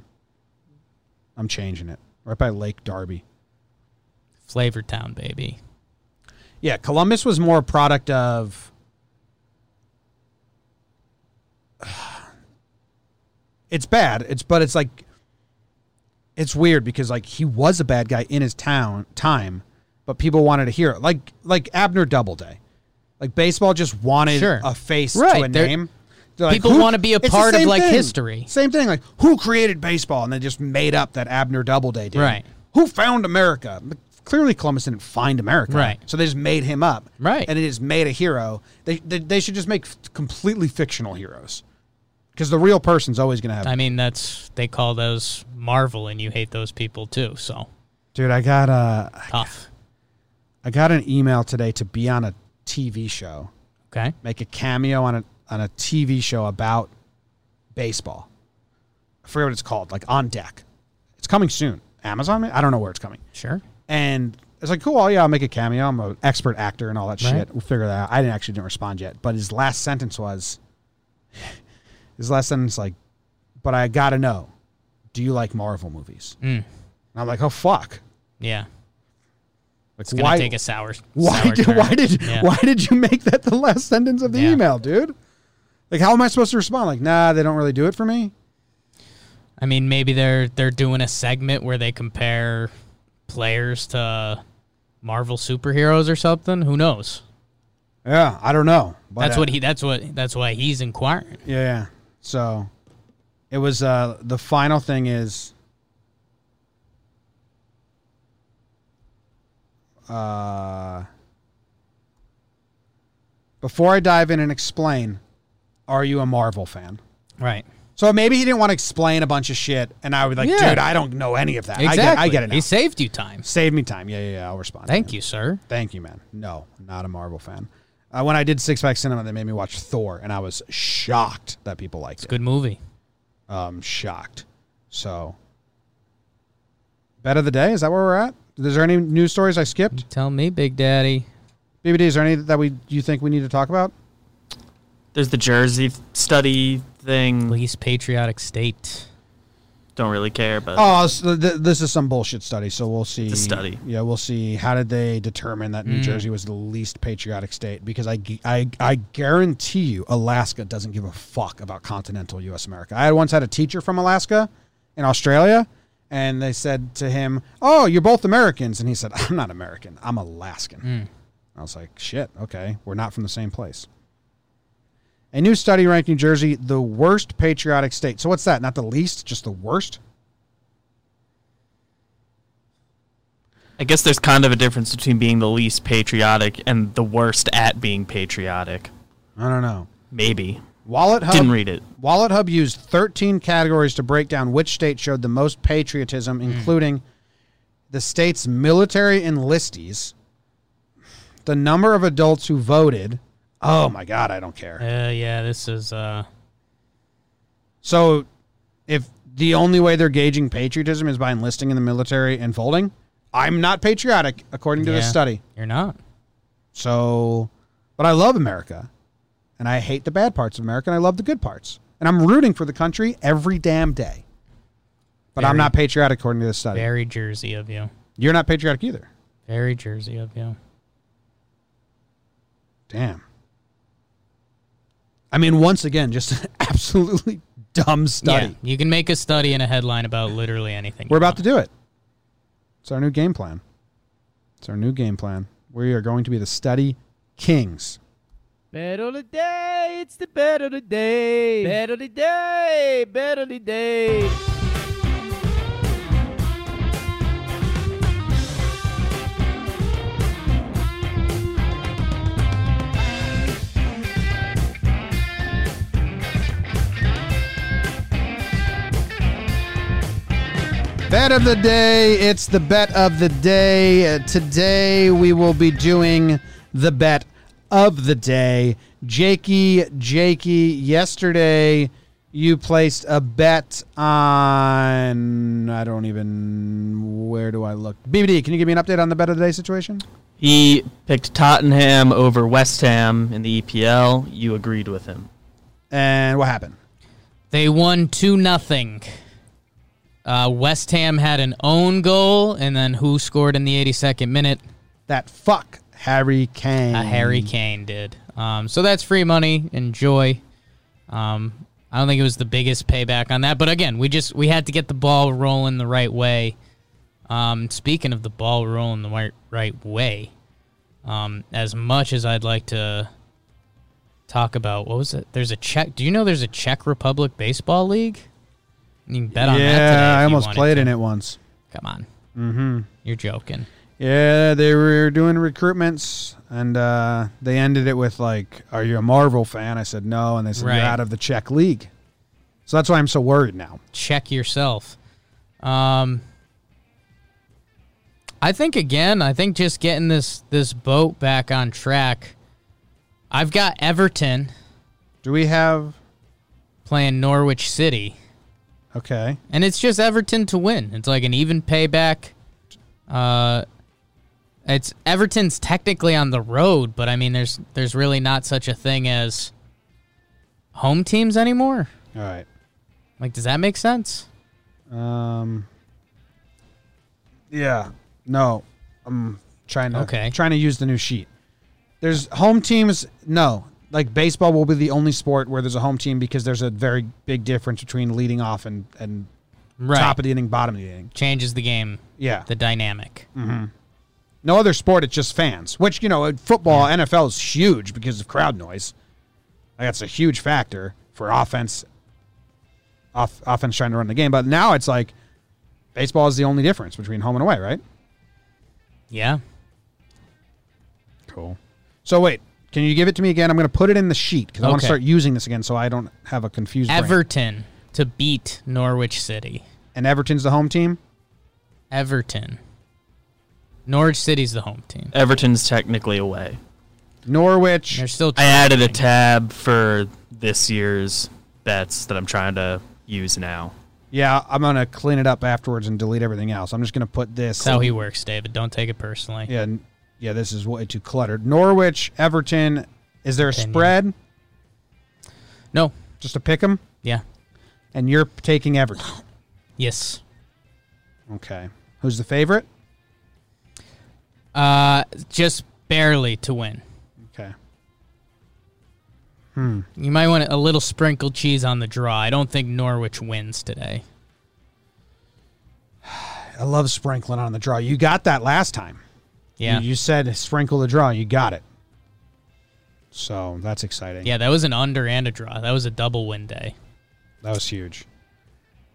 I'm changing it right by Lake Darby.
Flavor Town, baby.
Yeah, Columbus was more a product of. It's bad. It's but it's like. It's weird because like he was a bad guy in his town time, but people wanted to hear it. Like like Abner Doubleday, like baseball just wanted
Sure.
a face to
Right,
a
they're-
name. They're like,
people
who-
wanna be a
it's the
part of,
same
like,
thing.
history.
Same thing. Like who created baseball, and they just made up that Abner Doubleday did.
Right.
Who found America? Clearly, Columbus didn't find America.
Right.
So they just made him up.
Right.
And it is made a hero. They they, they should just make f- completely fictional heroes. Because the real person's always going to have.
I mean, that's they call those Marvel, and you hate those people too. So
Dude, I got uh,
tough.
I got an email today to be on a TV show,
Okay.
make a cameo on a on a TV show about baseball. I forget what it's called, like on deck. It's coming soon. Amazon, I don't know where it's coming.
Sure.
And it's like, cool, oh, yeah, I'll make a cameo. I'm an expert actor and all that
Right.
shit. We'll figure that out. I didn't actually didn't respond yet, but his last sentence was, his last sentence like, but I gotta know, do you like Marvel movies?
Hmm.
And I'm like, oh fuck,
Yeah.
like
It's gonna take a sour.
why
sour
did
turn.
why did
Yeah.
why did you make that the last sentence of the
Yeah.
email, dude? Like, how am I supposed to respond? Like, nah, they don't really do it for me.
I mean, maybe they're they're doing a segment where they compare players to Marvel superheroes or something. Who knows?
Yeah, I don't know. But,
That's
uh,
what he. That's what. That's why he's inquiring.
Yeah, yeah. So it was uh the final thing is Uh, before I dive in and explain, are you a Marvel fan?
Right.
So maybe he didn't want to explain a bunch of shit, and I would like,
Yeah.
dude, I don't know any of that.
Exactly.
I get, I get it. Now.
He saved you time.
Save me time. Yeah, yeah, yeah. I'll respond.
Thank you, sir.
Thank you, man. No, not a Marvel fan. Uh, when I did Six Pack Cinema, they made me watch Thor, and I was shocked that people liked it.
Good movie.
Um, shocked. So, bet of the day is that where we're at? Is there any news stories I skipped?
Tell me, Big Daddy.
BBD, is there any that we you think we need to talk about?
There's the Jersey study thing.
Least patriotic state.
Don't really care, but
Oh, so th- this is some bullshit study. So we'll see.
It's a study. Mm.
Yeah, we'll see. How did they determine that New Jersey was the least patriotic state? Because I, gu- I, I guarantee you, Alaska doesn't give a fuck about continental U.S. America. I once had a teacher from Alaska in Australia, and they said to him, "Oh, you're both Americans," and he said, "I'm not American. I'm Alaskan."
Mm.
I was like, "Shit, okay, we're not from the same place." A new study ranked New Jersey the worst patriotic state. So what's that? Not the least, just the worst.
I guess there's kind of a difference between being the least patriotic and the worst at being patriotic.
I don't know.
Maybe.
Wallet Hub
Didn't read it.
Wallet Hub used 13 categories to break down which state showed the most patriotism,
Hmm.
including the state's military enlistees, the number of adults who voted. Oh my God, I don't care.
Uh, yeah, this is. Uh,
So, if the only way they're gauging patriotism is by enlisting in the military and voting, I'm not patriotic according to this
Yeah.
study.
you're not.
So, but I love America, and I hate the bad parts of America, and I love the good parts, and I'm rooting for the country every damn day. But I'm
Very-
not patriotic according to this study.
Very Jersey of you.
You're not patriotic either.
Very Jersey of you.
Damn. I mean, once again, just an absolutely dumb study.
Yeah, you can make a study and a headline about literally anything.
We're about to do it. It's our new game plan. It's our new game plan. We are going to be the study kings.
Battle of the day, it's the battle of the day. Battle of the day, battle of the day.
Bet of the day. It's the bet of the day. Uh, today we will be doing the bet of the day. Jakey, Jakey, yesterday you placed a bet on. I don't even. Where do I look? BBD, can you give me an update on the bet of the day situation?
He picked Tottenham over West Ham in the EPL. You agreed with him.
And what happened?
They won two nothing. Uh, West Ham had an own goal, and then who scored in the 82nd minute?
That fuck Harry Kane.
Uh, Harry
Mm.
Kane did. Um, so that's free money. Enjoy. Um, I don't think it was the biggest payback on that, but again, we just we had to get the ball rolling the right way. Um, speaking of the ball rolling the right right way, um, as much as I'd like to talk about what was it? There's a Czech. Do you know there's a Czech Republic baseball league? You can bet on that. today
Yeah,
if
I
you
almost
wanted
played
to.
in it once.
Come on. Mm-hmm. You're joking.
Yeah, they were doing recruitments, and uh, they ended it with like, "Are you a Marvel fan?" I said no, and they said
Right.
you're out of the Czech league. So that's why I'm so worried now.
check yourself. Um, I think again, I think just getting this this boat back on track. I've got Everton
Do we have?
playing Norwich City,
Okay,
and it's just Everton to win. It's like an even payback. Uh, it's Everton's technically on the road, but I mean, there's there's really not such a thing as home teams anymore.
all right.
Like, does that make sense?
Um, yeah, no, I'm trying to
Okay.
trying to use the new sheet. There's home teams. No, like baseball will be the only sport where there's a home team because there's a very big difference between leading off and and
Right.
top of the inning, bottom of the inning.
Changes the game,
Yeah,
the dynamic.
No other sport, it's just fans. Which you know, uh, football, NFL is huge because of crowd noise. Like, That's a huge factor for offense. Off, offense trying to run the game, but now it's like baseball is the only difference between home and away, right?
Yeah.
Cool. So wait, can you give it to me again? I'm going to put it in the sheet because I want to
Okay.
start using this again, so I don't have a confused. brain.
Everton to beat Norwich City.
and Everton's the home team.
Everton. Norwich City's the home team.
Everton's technically away.
Norwich.
They're still.
I added a tab for this year's bets that I'm trying to use now.
Yeah, I'm going to clean it up afterwards and delete everything else. I'm just going to put this.
That's how he works, David. Don't take it personally.
yeah, n- yeah. This is way too cluttered. Norwich, Everton. Is there a
Then you-
spread?
No.
Just to pick them,
Yeah.
and you're taking Everton.
Yes.
Okay. Who's the favorite?
Uh, just barely to win.
Okay.
You might want a little sprinkled cheese on the draw. I don't think Norwich wins today.
I love sprinkling on the draw. You got that last time.
Yeah.
You, you said sprinkle the draw. You got it. So that's exciting.
yeah, that was an under and a draw. That was a double win day.
That was huge.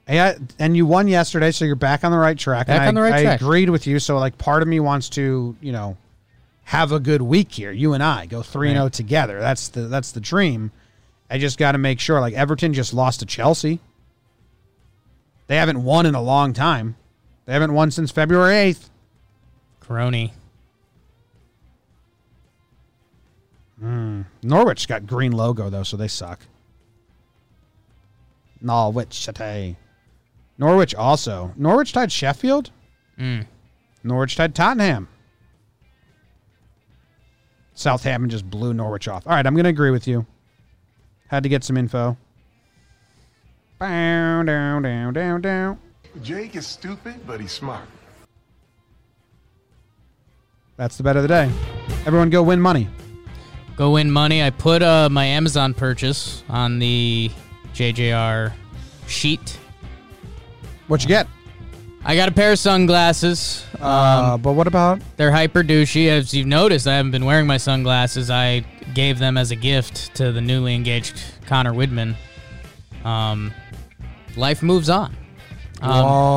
Yeah, and you won yesterday, so you're back on the right track. and
Back on the
I,
right
I
track.
agreed with you. So like, part of me wants to, you know, have a good week here. You and I go three and zero together. That's the that's the dream. I just got to make sure. Like Everton just lost to Chelsea. They haven't won in a long time. They haven't won since February eighth.
Crony.
Norwich got green logo though, so they suck. Norwich City. Norwich also. Norwich tied Sheffield. Norwich tied Tottenham. Southampton just blew Norwich off. All right, I'm going to agree with you. Had to get some info. Bow, down, down, down, down.
Jake is stupid, but he's smart.
That's the bet of the day. Everyone go win money.
Go win money. I put uh, my Amazon purchase on the JJR sheet.
What you get?
I got a pair of sunglasses.
uh, but what about
They're hyper douchey. As you've noticed, I haven't been wearing my sunglasses. I gave them as a gift to the newly engaged Connor Widman. Um, life moves on.
Whoa.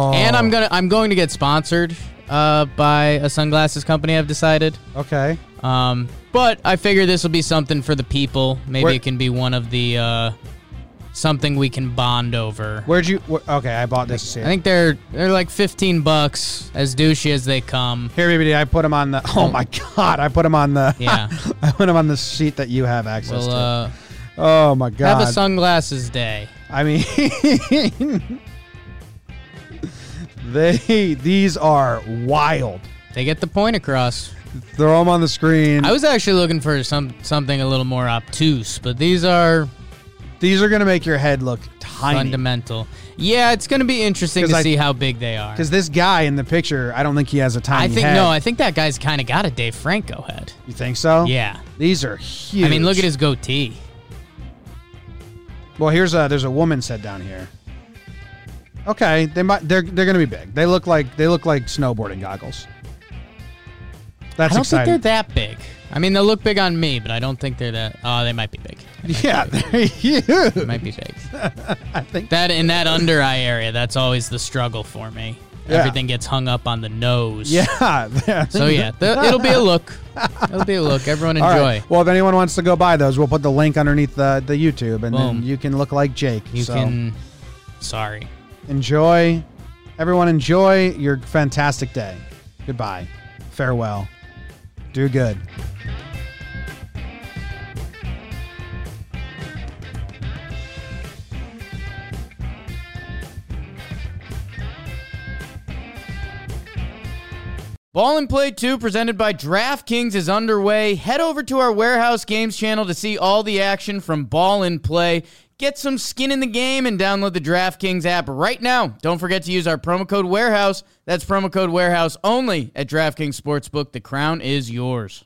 Um, and I'm gonna I'm going to get sponsored uh, by a sunglasses company. I've decided.
okay?
Um, but I figure this will be something for the people. Maybe
Where-
it can be one of the uh, something we can bond over.
Where'd you? Wh- okay, I bought this.
I think they're they're like 15 bucks, as douchey as they come.
Here, baby, I put him on the. Oh my god, I put him on the.
Yeah.
I put him on the seat that you have access
Well,
to.
uh,
oh my
have
god.
a sunglasses day.
I mean, they these are wild.
They get the point across.
Throw them on the screen.
I was actually looking for some something a little more obtuse, but these are
these are gonna make your head look tiny.
fundamental. Yeah, it's going to be interesting
'Cause
to
I-
see how big they are.
Because this guy in the picture, I don't think he has a tiny
I think
head.
no, I think that guy's kind of got a Dave Franco head.
you think so?
Yeah.
These are huge.
I mean, look at his goatee.
Well, here's a there's a woman said down here. Okay, they might they're they're gonna be big. They look like they look like snowboarding goggles. That's
I don't
exciting.
think they're that big. I mean, they'll look big on me, but I don't think they're that. Oh, they might be big.
yeah, they're
They
huge.
might be big.
I think
That in that under eye area, that's always the struggle for me.
Yeah.
Everything gets hung up on the nose.
yeah. they're-
So yeah, the, it'll be a look. It'll be a look. Everyone enjoy.
All right. Well, if anyone wants to go buy those, we'll put the link underneath the, the YouTube, and then
Boom.
you can look like Jake.
You
so
can. Sorry.
enjoy, everyone. Enjoy your fantastic day. Goodbye. Farewell. Do good.
Ball and Play 2 presented by DraftKings is underway. Head over to our Warehouse Games channel to see all the action from Ball and Play. Get some skin in the game and download the DraftKings app right now. Don't forget to use our promo code Warehouse. That's promo code Warehouse only at DraftKings Sportsbook. The crown is yours.